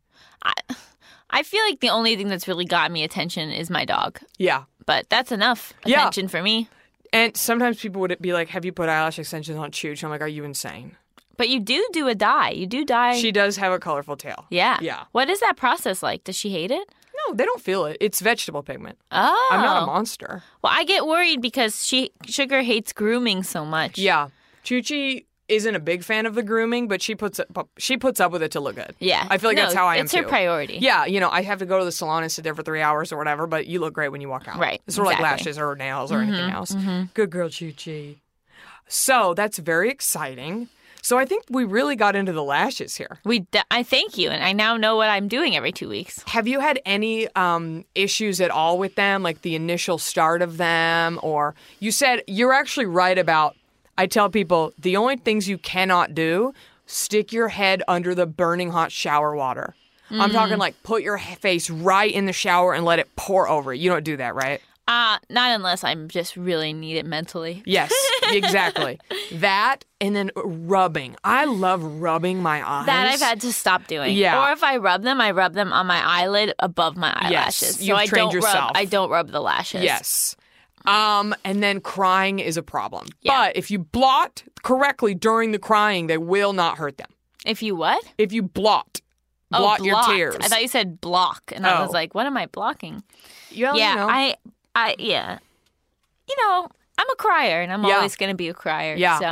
C: I feel like the only thing that's really got me attention is my dog,
A: Yeah.
C: but that's enough
A: Yeah.
C: attention for me.
A: And sometimes people would be like, Have you put eyelash extensions on Chooch? I'm like, Are you insane?
C: But you do do a dye. You do dye.
A: She does have a colorful tail.
C: yeah.
A: Yeah.
C: What is that process like? Does she hate it?
A: No, they don't feel it. It's vegetable pigment.
C: Oh.
A: I'm not a monster.
C: Well, I get worried because she Sugar hates grooming so much.
A: Yeah. Choochie isn't a big fan of the grooming, but she puts up, she puts up with it to look good.
C: Yeah.
A: I feel like
C: No,
A: that's how I am
C: It's her
A: too.
C: priority.
A: Yeah, you know, I have to go to the salon and sit there for three hours or whatever, but you look great when you walk out.
C: Right,
A: It's sort of like
C: exactly. Mm-hmm,
A: lashes or nails or anything else. Good girl, Choo Choo. So that's very exciting. So I think we really got into the lashes here.
C: We d I I thank you and I now know what I'm doing every 2 weeks.
A: Have you had any um, issues at all with them, like the initial start of them? Or you said you're actually right about, I tell people the only things you cannot do, stick your head under the burning hot shower water.
C: Mm-hmm.
A: I'm talking like put your he- face right in the shower and let it pour over it. You don't do that, right?
C: Uh not unless I'm just really need it mentally.
A: Yes, exactly. that and then rubbing. I love rubbing my eyes.
C: That I've had to stop doing.
A: Yeah.
C: Or if I rub them, I rub them on my eyelid above my eyelashes. so
A: you've
C: I
A: trained
C: don't
A: yourself.
C: rub I don't rub the lashes.
A: Yes. Um, and then crying is a problem.
C: Yeah.
A: But if you blot correctly during the crying, they will not hurt them.
C: If you what?
A: If you blot, blot
C: oh,
A: your
C: blocked.
A: tears.
C: I thought you said block and I
A: Oh.
C: was like, what am I blocking?
A: yeah,
C: yeah,
A: you know.
C: I I yeah. You know, I'm a crier and I'm
A: Yeah.
C: always going to be a crier.
A: Yeah.
C: So,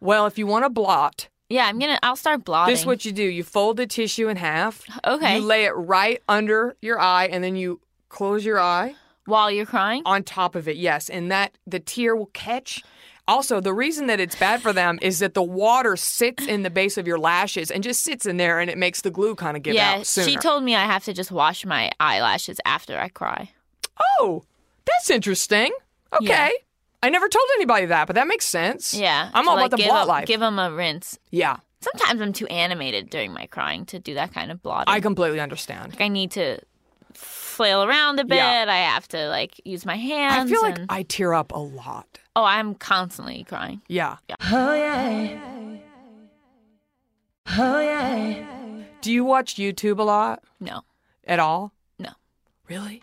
A: well, if you want to blot,
C: yeah, I'm going to I'll start blotting.
A: this is what you do. You fold the tissue in half.
C: Okay.
A: You lay it right under your eye, and then you close your eye.
C: while you're crying?
A: on top of it, yes. And that the tear will catch. Also, the reason that it's bad for them is that the water sits in the base of your lashes and just sits in there and it makes the glue kind of give
C: yeah,
A: out sooner.
C: she told me I have to just wash my eyelashes after I cry.
A: Oh, that's interesting. Okay.
C: Yeah.
A: I never told anybody that, but that makes sense.
C: Yeah,
A: I'm
C: to,
A: all
C: like,
A: about the
C: give
A: blot
C: a-
A: life.
C: Give them a rinse.
A: yeah.
C: Sometimes I'm too animated during my crying to do that kind of blotting.
A: I
C: I,
A: completely understand.
C: like, I need to flail around a bit.
A: Yeah.
C: I have to like use my
A: I
C: hands.
A: feel like
C: and-
A: I tear up a lot.
C: oh, I'm constantly crying.
A: Yeah.
B: Oh yeah. Oh yeah.
A: Do you watch YouTube a lot
C: No,
A: at all?
C: no,
A: Really?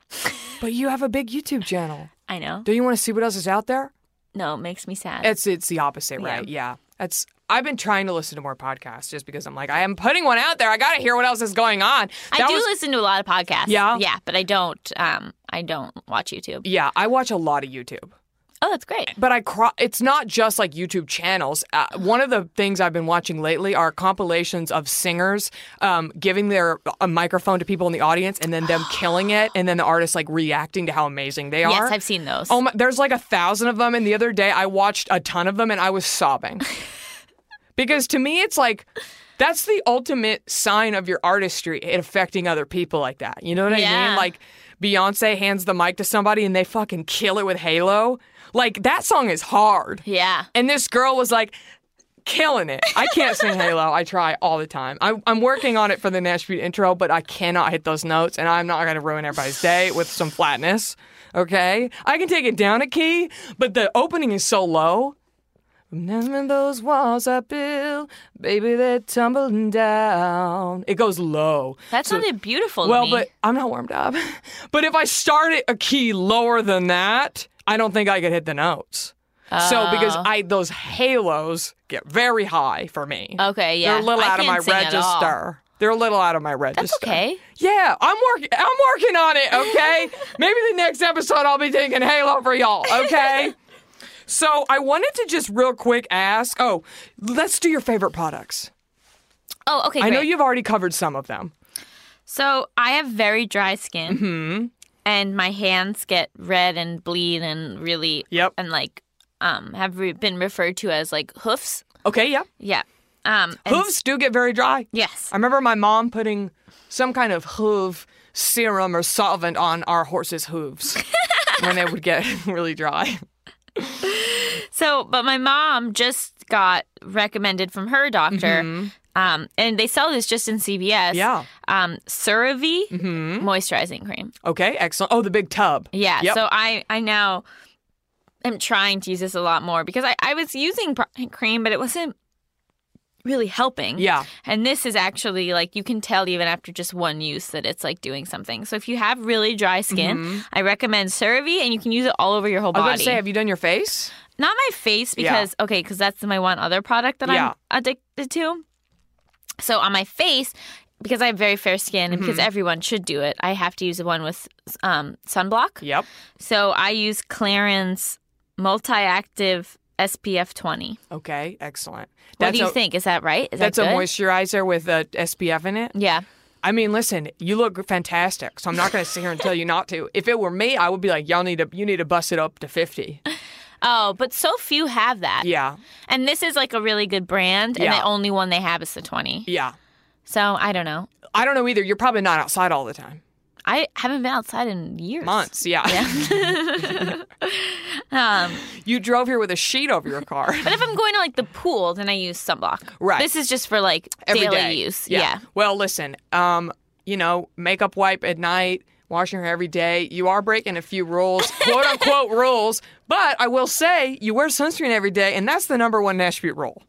A: but you have a big YouTube channel.
C: I know.
A: Do you want to see what else is out there?
C: No, it makes me sad.
A: It's it's the opposite,
C: Yeah.
A: right? Yeah. That's I've been trying to listen to more podcasts just because I'm like I am putting one out there. I got to hear what else is going on.
C: I
A: That
C: do
A: was-
C: listen to a lot of podcasts.
A: Yeah?
C: yeah, but I don't. Um, I don't watch YouTube.
A: Yeah, I watch a lot of YouTube.
C: Oh, that's great.
A: But I cro- it's not just like YouTube channels. Uh, one of the things I've been watching lately are compilations of singers um, giving their a microphone to people in the audience and then them killing it and then the artists like reacting to how amazing they are.
C: Yes, I've seen those.
A: Oh my, there's like a thousand of them, and the other day I watched a ton of them, and I was sobbing because to me it's like that's the ultimate sign of your artistry it affecting other people like that. You know what I
C: Yeah.
A: mean? Like Beyonce hands the mic to somebody, and they fucking kill it with Halo. Like that song is hard,
C: yeah.
A: and this girl was like. Killing it. I can't sing Halo. I try all the time. I, I'm working on it for the Nashville intro, but I cannot hit those notes, and I'm not going to ruin everybody's day with some flatness. Okay? I can take it down a key, but the opening is so low. Remember those walls I built, baby, they're tumbling down. It goes low.
C: That sounded beautiful.
A: Well,
C: to me.
A: but I'm not warmed up. but if I start it a key lower than that, I don't think I could hit the notes.
C: Oh.
A: So because I those halos get very high for me.
C: Okay, yeah.
A: They're a little
C: I
A: out of my
C: can't sing at all.
A: register. They're a little out of my register.
C: that's okay.
A: Yeah, I'm working. I'm working on it. Okay, maybe the next episode I'll be taking Halo for y'all. Okay. so I wanted to just real quick ask. Oh, let's do your favorite products.
C: Oh, okay.
A: I know
C: great.
A: you've already covered some of them.
C: So I have very dry skin,
A: Mm-hmm.
C: and my hands get red and bleed and really
A: Yep.
C: and like um have re- been referred to as like hoofs.
A: Okay. Yeah.
C: Yeah. Um. and-
A: Hooves do get very dry.
C: Yes.
A: I remember my mom putting some kind of hoof serum or solvent on our horses' hooves when they would get really dry.
C: So, but my mom just got recommended from her doctor. Um, and they sell this just in CVS.
A: Mm-hmm. Yeah. Mm-hmm.
C: Um, CeraVe moisturizing cream.
A: Okay, excellent. Oh, the big tub.
C: Yeah.
A: Yep.
C: So I I now am trying to use this a lot more because I I was using pr- cream, but it wasn't really helping.
A: Yeah.
C: And this is actually like you can tell even after just one use that it's like doing something. So if you have really dry skin, I recommend CeraVe, and you can use it all over your whole
A: Mm-hmm. I was
C: body
A: about to say, have you done your face?
C: not my face because okay, because that's my one other product that
A: Yeah.
C: I'm addicted to. So on my face, because I have very fair skin and
A: Mm-hmm.
C: because everyone should do it, I have to use the one with um, sunblock.
A: Yep.
C: So I use Clarins Multi-Active SPF 20.
A: Okay, excellent.
C: What do you
A: a,
C: think? Is that right? Is
A: That's
C: that
A: a
C: good?
A: moisturizer with a SPF in it.
C: Yeah.
A: I mean, listen, you look fantastic, so I'm not going to sit here and tell you not to. If it were me, I would be like, y'all need to, you need to bust it up to 50.
C: Oh, but so few have that.
A: Yeah,
C: And this is like a really good brand, and
A: Yeah.
C: the only one they have is the 20.
A: yeah.
C: So I don't know.
A: I don't know either. You're probably not outside all the time.
C: I haven't been outside in years.
A: Months, yeah.
C: Um,
A: you drove here with a sheet over your car.
C: But if I'm going to like the pool, then I use sunblock.
A: Right.
C: This is just for like
A: Every day,
C: daily use. Yeah.
A: Well, listen, um, you know, makeup wipe at night, washing her every day. You are breaking a few rules, quote unquote rules, but I will say you wear sunscreen every day, and that's the number one Nashville rule.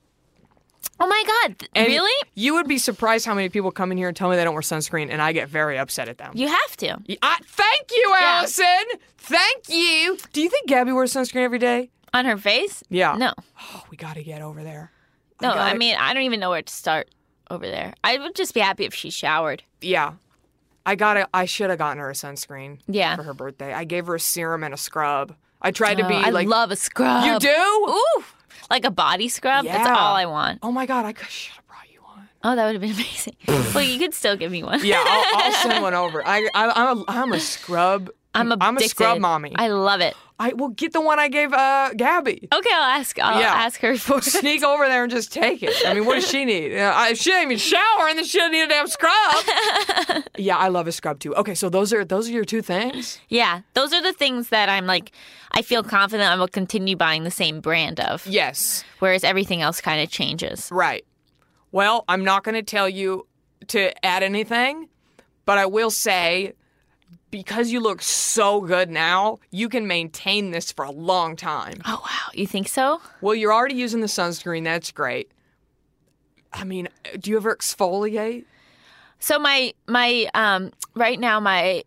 C: Oh my god! th-
A: And
C: really?
A: You would be surprised how many people come in here and tell me they don't wear sunscreen, and I get very upset at them.
C: You have to.
A: I, thank you, Allison. Thank you. Do you think Gabby wears sunscreen every day?
C: On her face?
A: Yeah.
C: No.
A: Oh, we got to get over there.
C: No.
A: got
C: I
A: it.
C: mean, I don't even know where to start over there. I would just be happy if she showered.
A: Yeah. I got to I should have gotten her a sunscreen.
C: Yeah.
A: For her birthday, I gave her a serum and a scrub. I tried to
C: Oh,
A: be
C: I
A: like.
C: love a scrub.
A: you do?
C: Ooh, like a body scrub. That's
A: Yeah.
C: all I want.
A: Oh my god! I should have brought you one.
C: Oh, that would have been amazing. well, you could still give me one.
A: Yeah, I'll, I'll send one over. I, I I'm a I'm a scrub.
C: I'm addicted.
A: I'm a scrub mommy.
C: I love it.
A: I will get the one I gave uh Gabby.
C: Okay, I'll ask. I'll
A: Yeah.
C: ask her for it.
A: Sneak over there and just take it. I mean, what does she need? Uh, I, she didn't even shower, and then she doesn't need a damn scrub. yeah, I love a scrub too. Okay, so those are those are your two things.
C: Yeah, those are the things that I'm like, I feel confident I will continue buying the same brand of,
A: Yes.
C: whereas everything else kind of changes.
A: Right. Well, I'm not going to tell you to add anything, but I will say because you look so good now, you can maintain this for a long time.
C: Oh, wow. You think so?
A: Well, you're already using the sunscreen. That's great. I mean, do you ever exfoliate?
C: So my my um right now my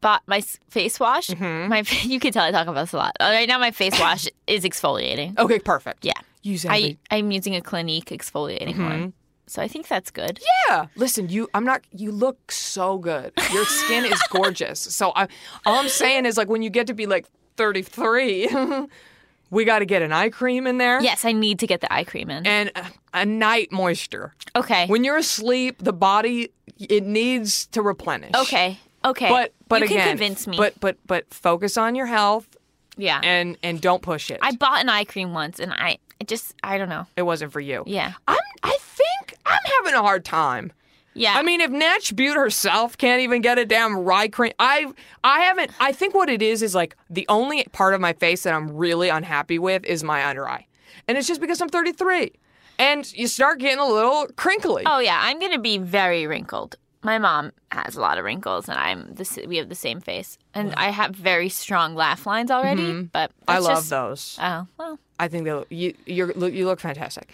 C: bought my s- face wash.
A: Mm-hmm.
C: My you can tell I talk about this a lot. Uh, Right now my face wash is exfoliating.
A: Okay, perfect.
C: Yeah.
A: Use
C: I
A: every.
C: I'm using a Clinique exfoliating one. So I think that's good.
A: Mm-hmm. yeah. Listen, you. I'm not. You look so good. Your skin is gorgeous. So I. All I'm saying is like when you get to be like 33, we got to get an eye cream in there.
C: Yes, I need to get the eye cream in.
A: And uh, a night moisture.
C: Okay.
A: When you're asleep, the body it needs to replenish.
C: okay. Okay.
A: But but
C: you
A: again,
C: can convince me.
A: But but but focus on your health
C: yeah.
A: and and don't push it.
C: I bought an eye cream once and I it just I don't know.
A: it wasn't for you.
C: Yeah.
A: I'm I think I'm having a hard time.
C: Yeah.
A: I mean, if Natch Butte herself can't even get a damn rye cream, I I haven't. I think what it is is like the only part of my face that I'm really unhappy with is my under eye, and it's just because I'm 33, and you start getting a little crinkly.
C: Oh yeah, I'm gonna be very wrinkled. My mom has a lot of wrinkles, and I'm the s- we have the same face, and I have very strong laugh lines already. But
A: Mm-hmm. I
C: that's
A: love
C: just-
A: those.
C: Oh well,
A: I think they look, you you're, look, you look fantastic.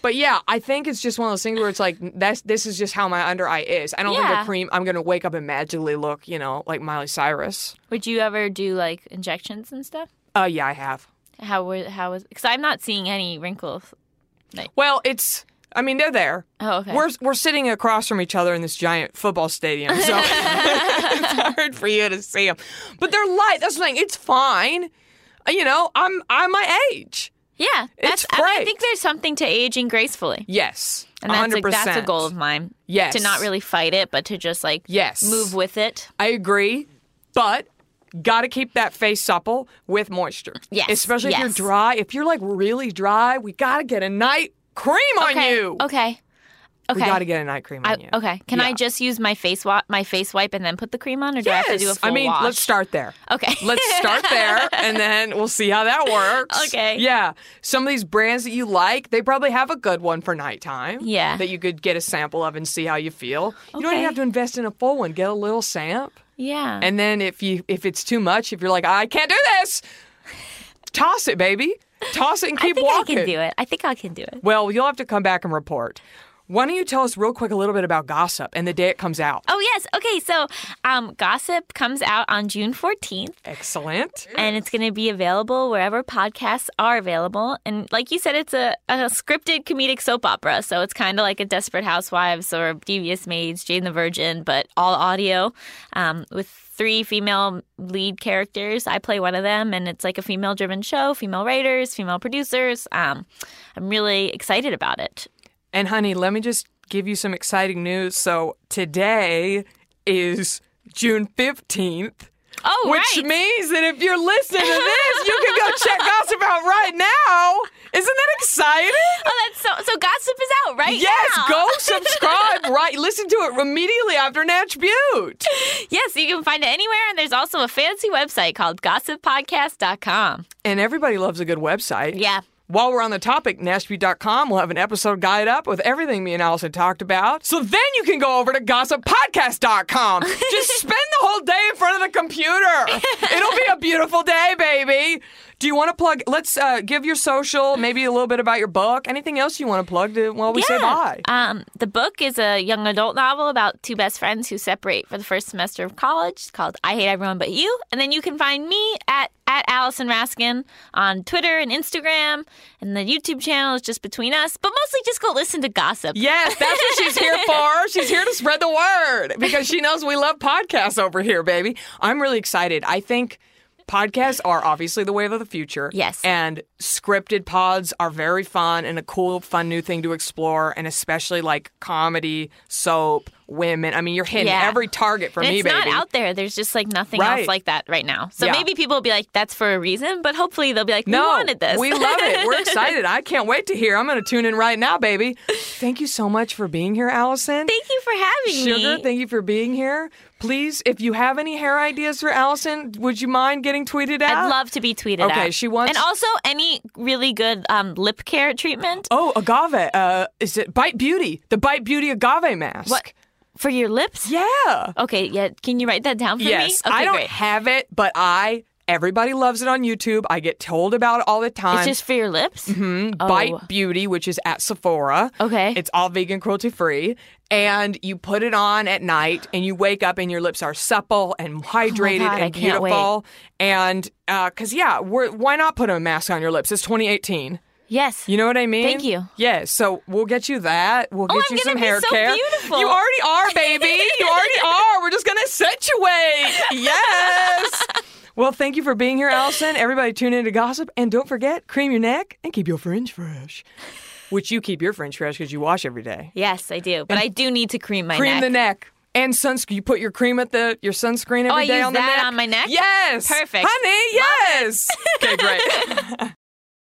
A: but yeah, I think it's just one of those things where it's like that's this is just how my under eye is. I don't think
C: Yeah.
A: a cream. I'm gonna wake up and magically look, you know, like Miley Cyrus.
C: would you ever do like injections and stuff?
A: Uh, yeah, I have.
C: How were how was? Because I'm not seeing any wrinkles.
A: Well, it's. I mean, they're there.
C: Oh, okay.
A: We're we're sitting across from each other in this giant football stadium, so it's hard for you to see them. But they're light. That's the thing. It's fine. Uh, You know, I'm I'm my age.
C: Yeah, that's.
A: It's
C: I, mean, I
A: great.
C: think there's something to aging gracefully,
A: Yes,
C: and that's a,
A: 100%.
C: that's a goal of mine.
A: Yes.
C: to not really fight it, but to just like
A: Yes.
C: move with it.
A: I agree, but got to keep that face supple with moisture.
C: Yes,
A: Especially if
C: yes.
A: you're dry. If you're like really dry, we got to get a night cream on
C: okay.
A: you.
C: Okay. Okay.
A: We got to get a night cream on
C: I,
A: you.
C: okay. Can I just use my face wa- my face wipe and then put the cream on, or do I have to do a
A: Yes.
C: full
A: I mean,
C: wash?
A: let's start there.
C: Okay.
A: Let's start there and then we'll see how that works.
C: Okay.
A: Yeah. Some of these brands that you like, they probably have a good one for nighttime.
C: Yeah.
A: That you could get a sample of and see how you feel. You don't even
C: Okay.
A: have to invest in a full one. Get a little samp.
C: yeah.
A: And then if you if it's too much, if you're like, I can't do this, toss it, baby. Toss it and
C: I
A: keep
C: think
A: walking.
C: I can do it. I think I can do it.
A: Well, you'll have to come back and report. Why don't you tell us real quick a little bit about gossip and the day it comes out?
C: Oh yes. Okay. So, um, Gossip comes out on June fourteenth,
A: Excellent.
C: and it's going to be available wherever podcasts are available. And like you said, it's a, a scripted comedic soap opera, so it's kind of like a Desperate Housewives or Devious Maids, Jane the Virgin, but all audio, um, with three female lead characters. I play one of them, and it's like a female-driven show, female writers, female producers. Um, I'm really excited about it.
A: And honey, let me just give you some exciting news. So today is June 15th.
C: Oh,
A: Which
C: right.
A: means that if you're listening to this, you can go check Gossip out right now. Isn't that exciting?
C: Oh, that's so. So gossip is out, right?
A: Yes,
C: now.
A: go subscribe. right, listen to it immediately after Natch Butte.
C: Yes, you can find it anywhere, and there's also a fancy website called GossipPodcast.com.
A: And everybody loves a good website.
C: Yeah.
A: While we're on the topic, NashButte.com will have an episode guide up with everything me and Allison talked about. So then you can go over to gossippodcast.com. Just spend the whole day in front of the computer. It'll be a beautiful day, baby. Do you want to plug? Let's uh, give your social, maybe a little bit about your book. Anything else you want to plug to, while we say bye?
C: Um, the book is a young adult novel about two best friends who separate for the first semester of college. It's called I Hate Everyone But You. And then you can find me at, at Allison Raskin on Twitter and Instagram. And the YouTube channel is just between us, but mostly just go listen to gossip.
A: Yes, that's what she's here for. She's here to spread the word because she knows we love podcasts over here, baby. I'm really excited. I think podcasts are obviously the wave of the future.
C: Yes.
A: And scripted pods are very fun and a cool, fun new thing to explore, and especially like comedy, soap, women. I mean, you're hitting
C: Yeah.
A: every target for
C: And
A: me,
C: it's
A: baby.
C: not out there. There's just like nothing
A: Right.
C: else like that right now. So
A: Yeah.
C: maybe people will be like, "That's for a reason," but hopefully they'll be like, "We wanted this."
A: we love it. We're excited. I can't wait to hear. I'm going to tune in right now, baby. Thank you so much for being here, Allison.
C: Thank you for having
A: Sugar,
C: me.
A: thank you for being here. Please, if you have any hair ideas for Allison, would you mind getting tweeted out?
C: I'd love to be tweeted at.
A: Okay, she wants-
C: And also any really good um, lip care treatment
A: Oh, agave. Uh, is it Bite Beauty? The Bite Beauty agave mask.
C: What? for your lips.
A: Yeah.
C: Okay. Yeah. Can you write that down for me?
A: yes.
C: Okay,
A: I don't
C: great.
A: have it, but I Everybody loves it on YouTube. I get told about it all the time.
C: It's just for your lips. Mm-hmm.
A: Bite Beauty, which is at Sephora.
C: Okay.
A: It's all vegan, cruelty free. And you put it on at night, and you wake up, and your lips are supple and hydrated
C: Oh God,
A: and
C: I can't wait.
A: beautiful. And because, yeah, we're, why not put a mask on your lips? It's 2018.
C: yes.
A: You know what I mean?
C: Thank you.
A: Yeah, so we'll get you that. We'll get
C: I'm
A: you
C: gonna
A: some
C: be
A: hair
C: so
A: care.
C: beautiful.
A: You already are, baby. you already are. We're just gonna situate. Yes. Well, thank you for being here, Allison. Everybody tune in to gossip. And don't forget, cream your neck and keep your fringe fresh. Which you keep your fringe fresh because you wash every day.
C: yes, I do. But I do need to cream my
A: cream
C: neck.
A: the neck. And sunscreen. You put your cream at the your sunscreen every day
C: Oh, I use
A: on the
C: that
A: neck.
C: on my neck?
A: Yes.
C: Perfect.
A: Honey, yes. okay, great.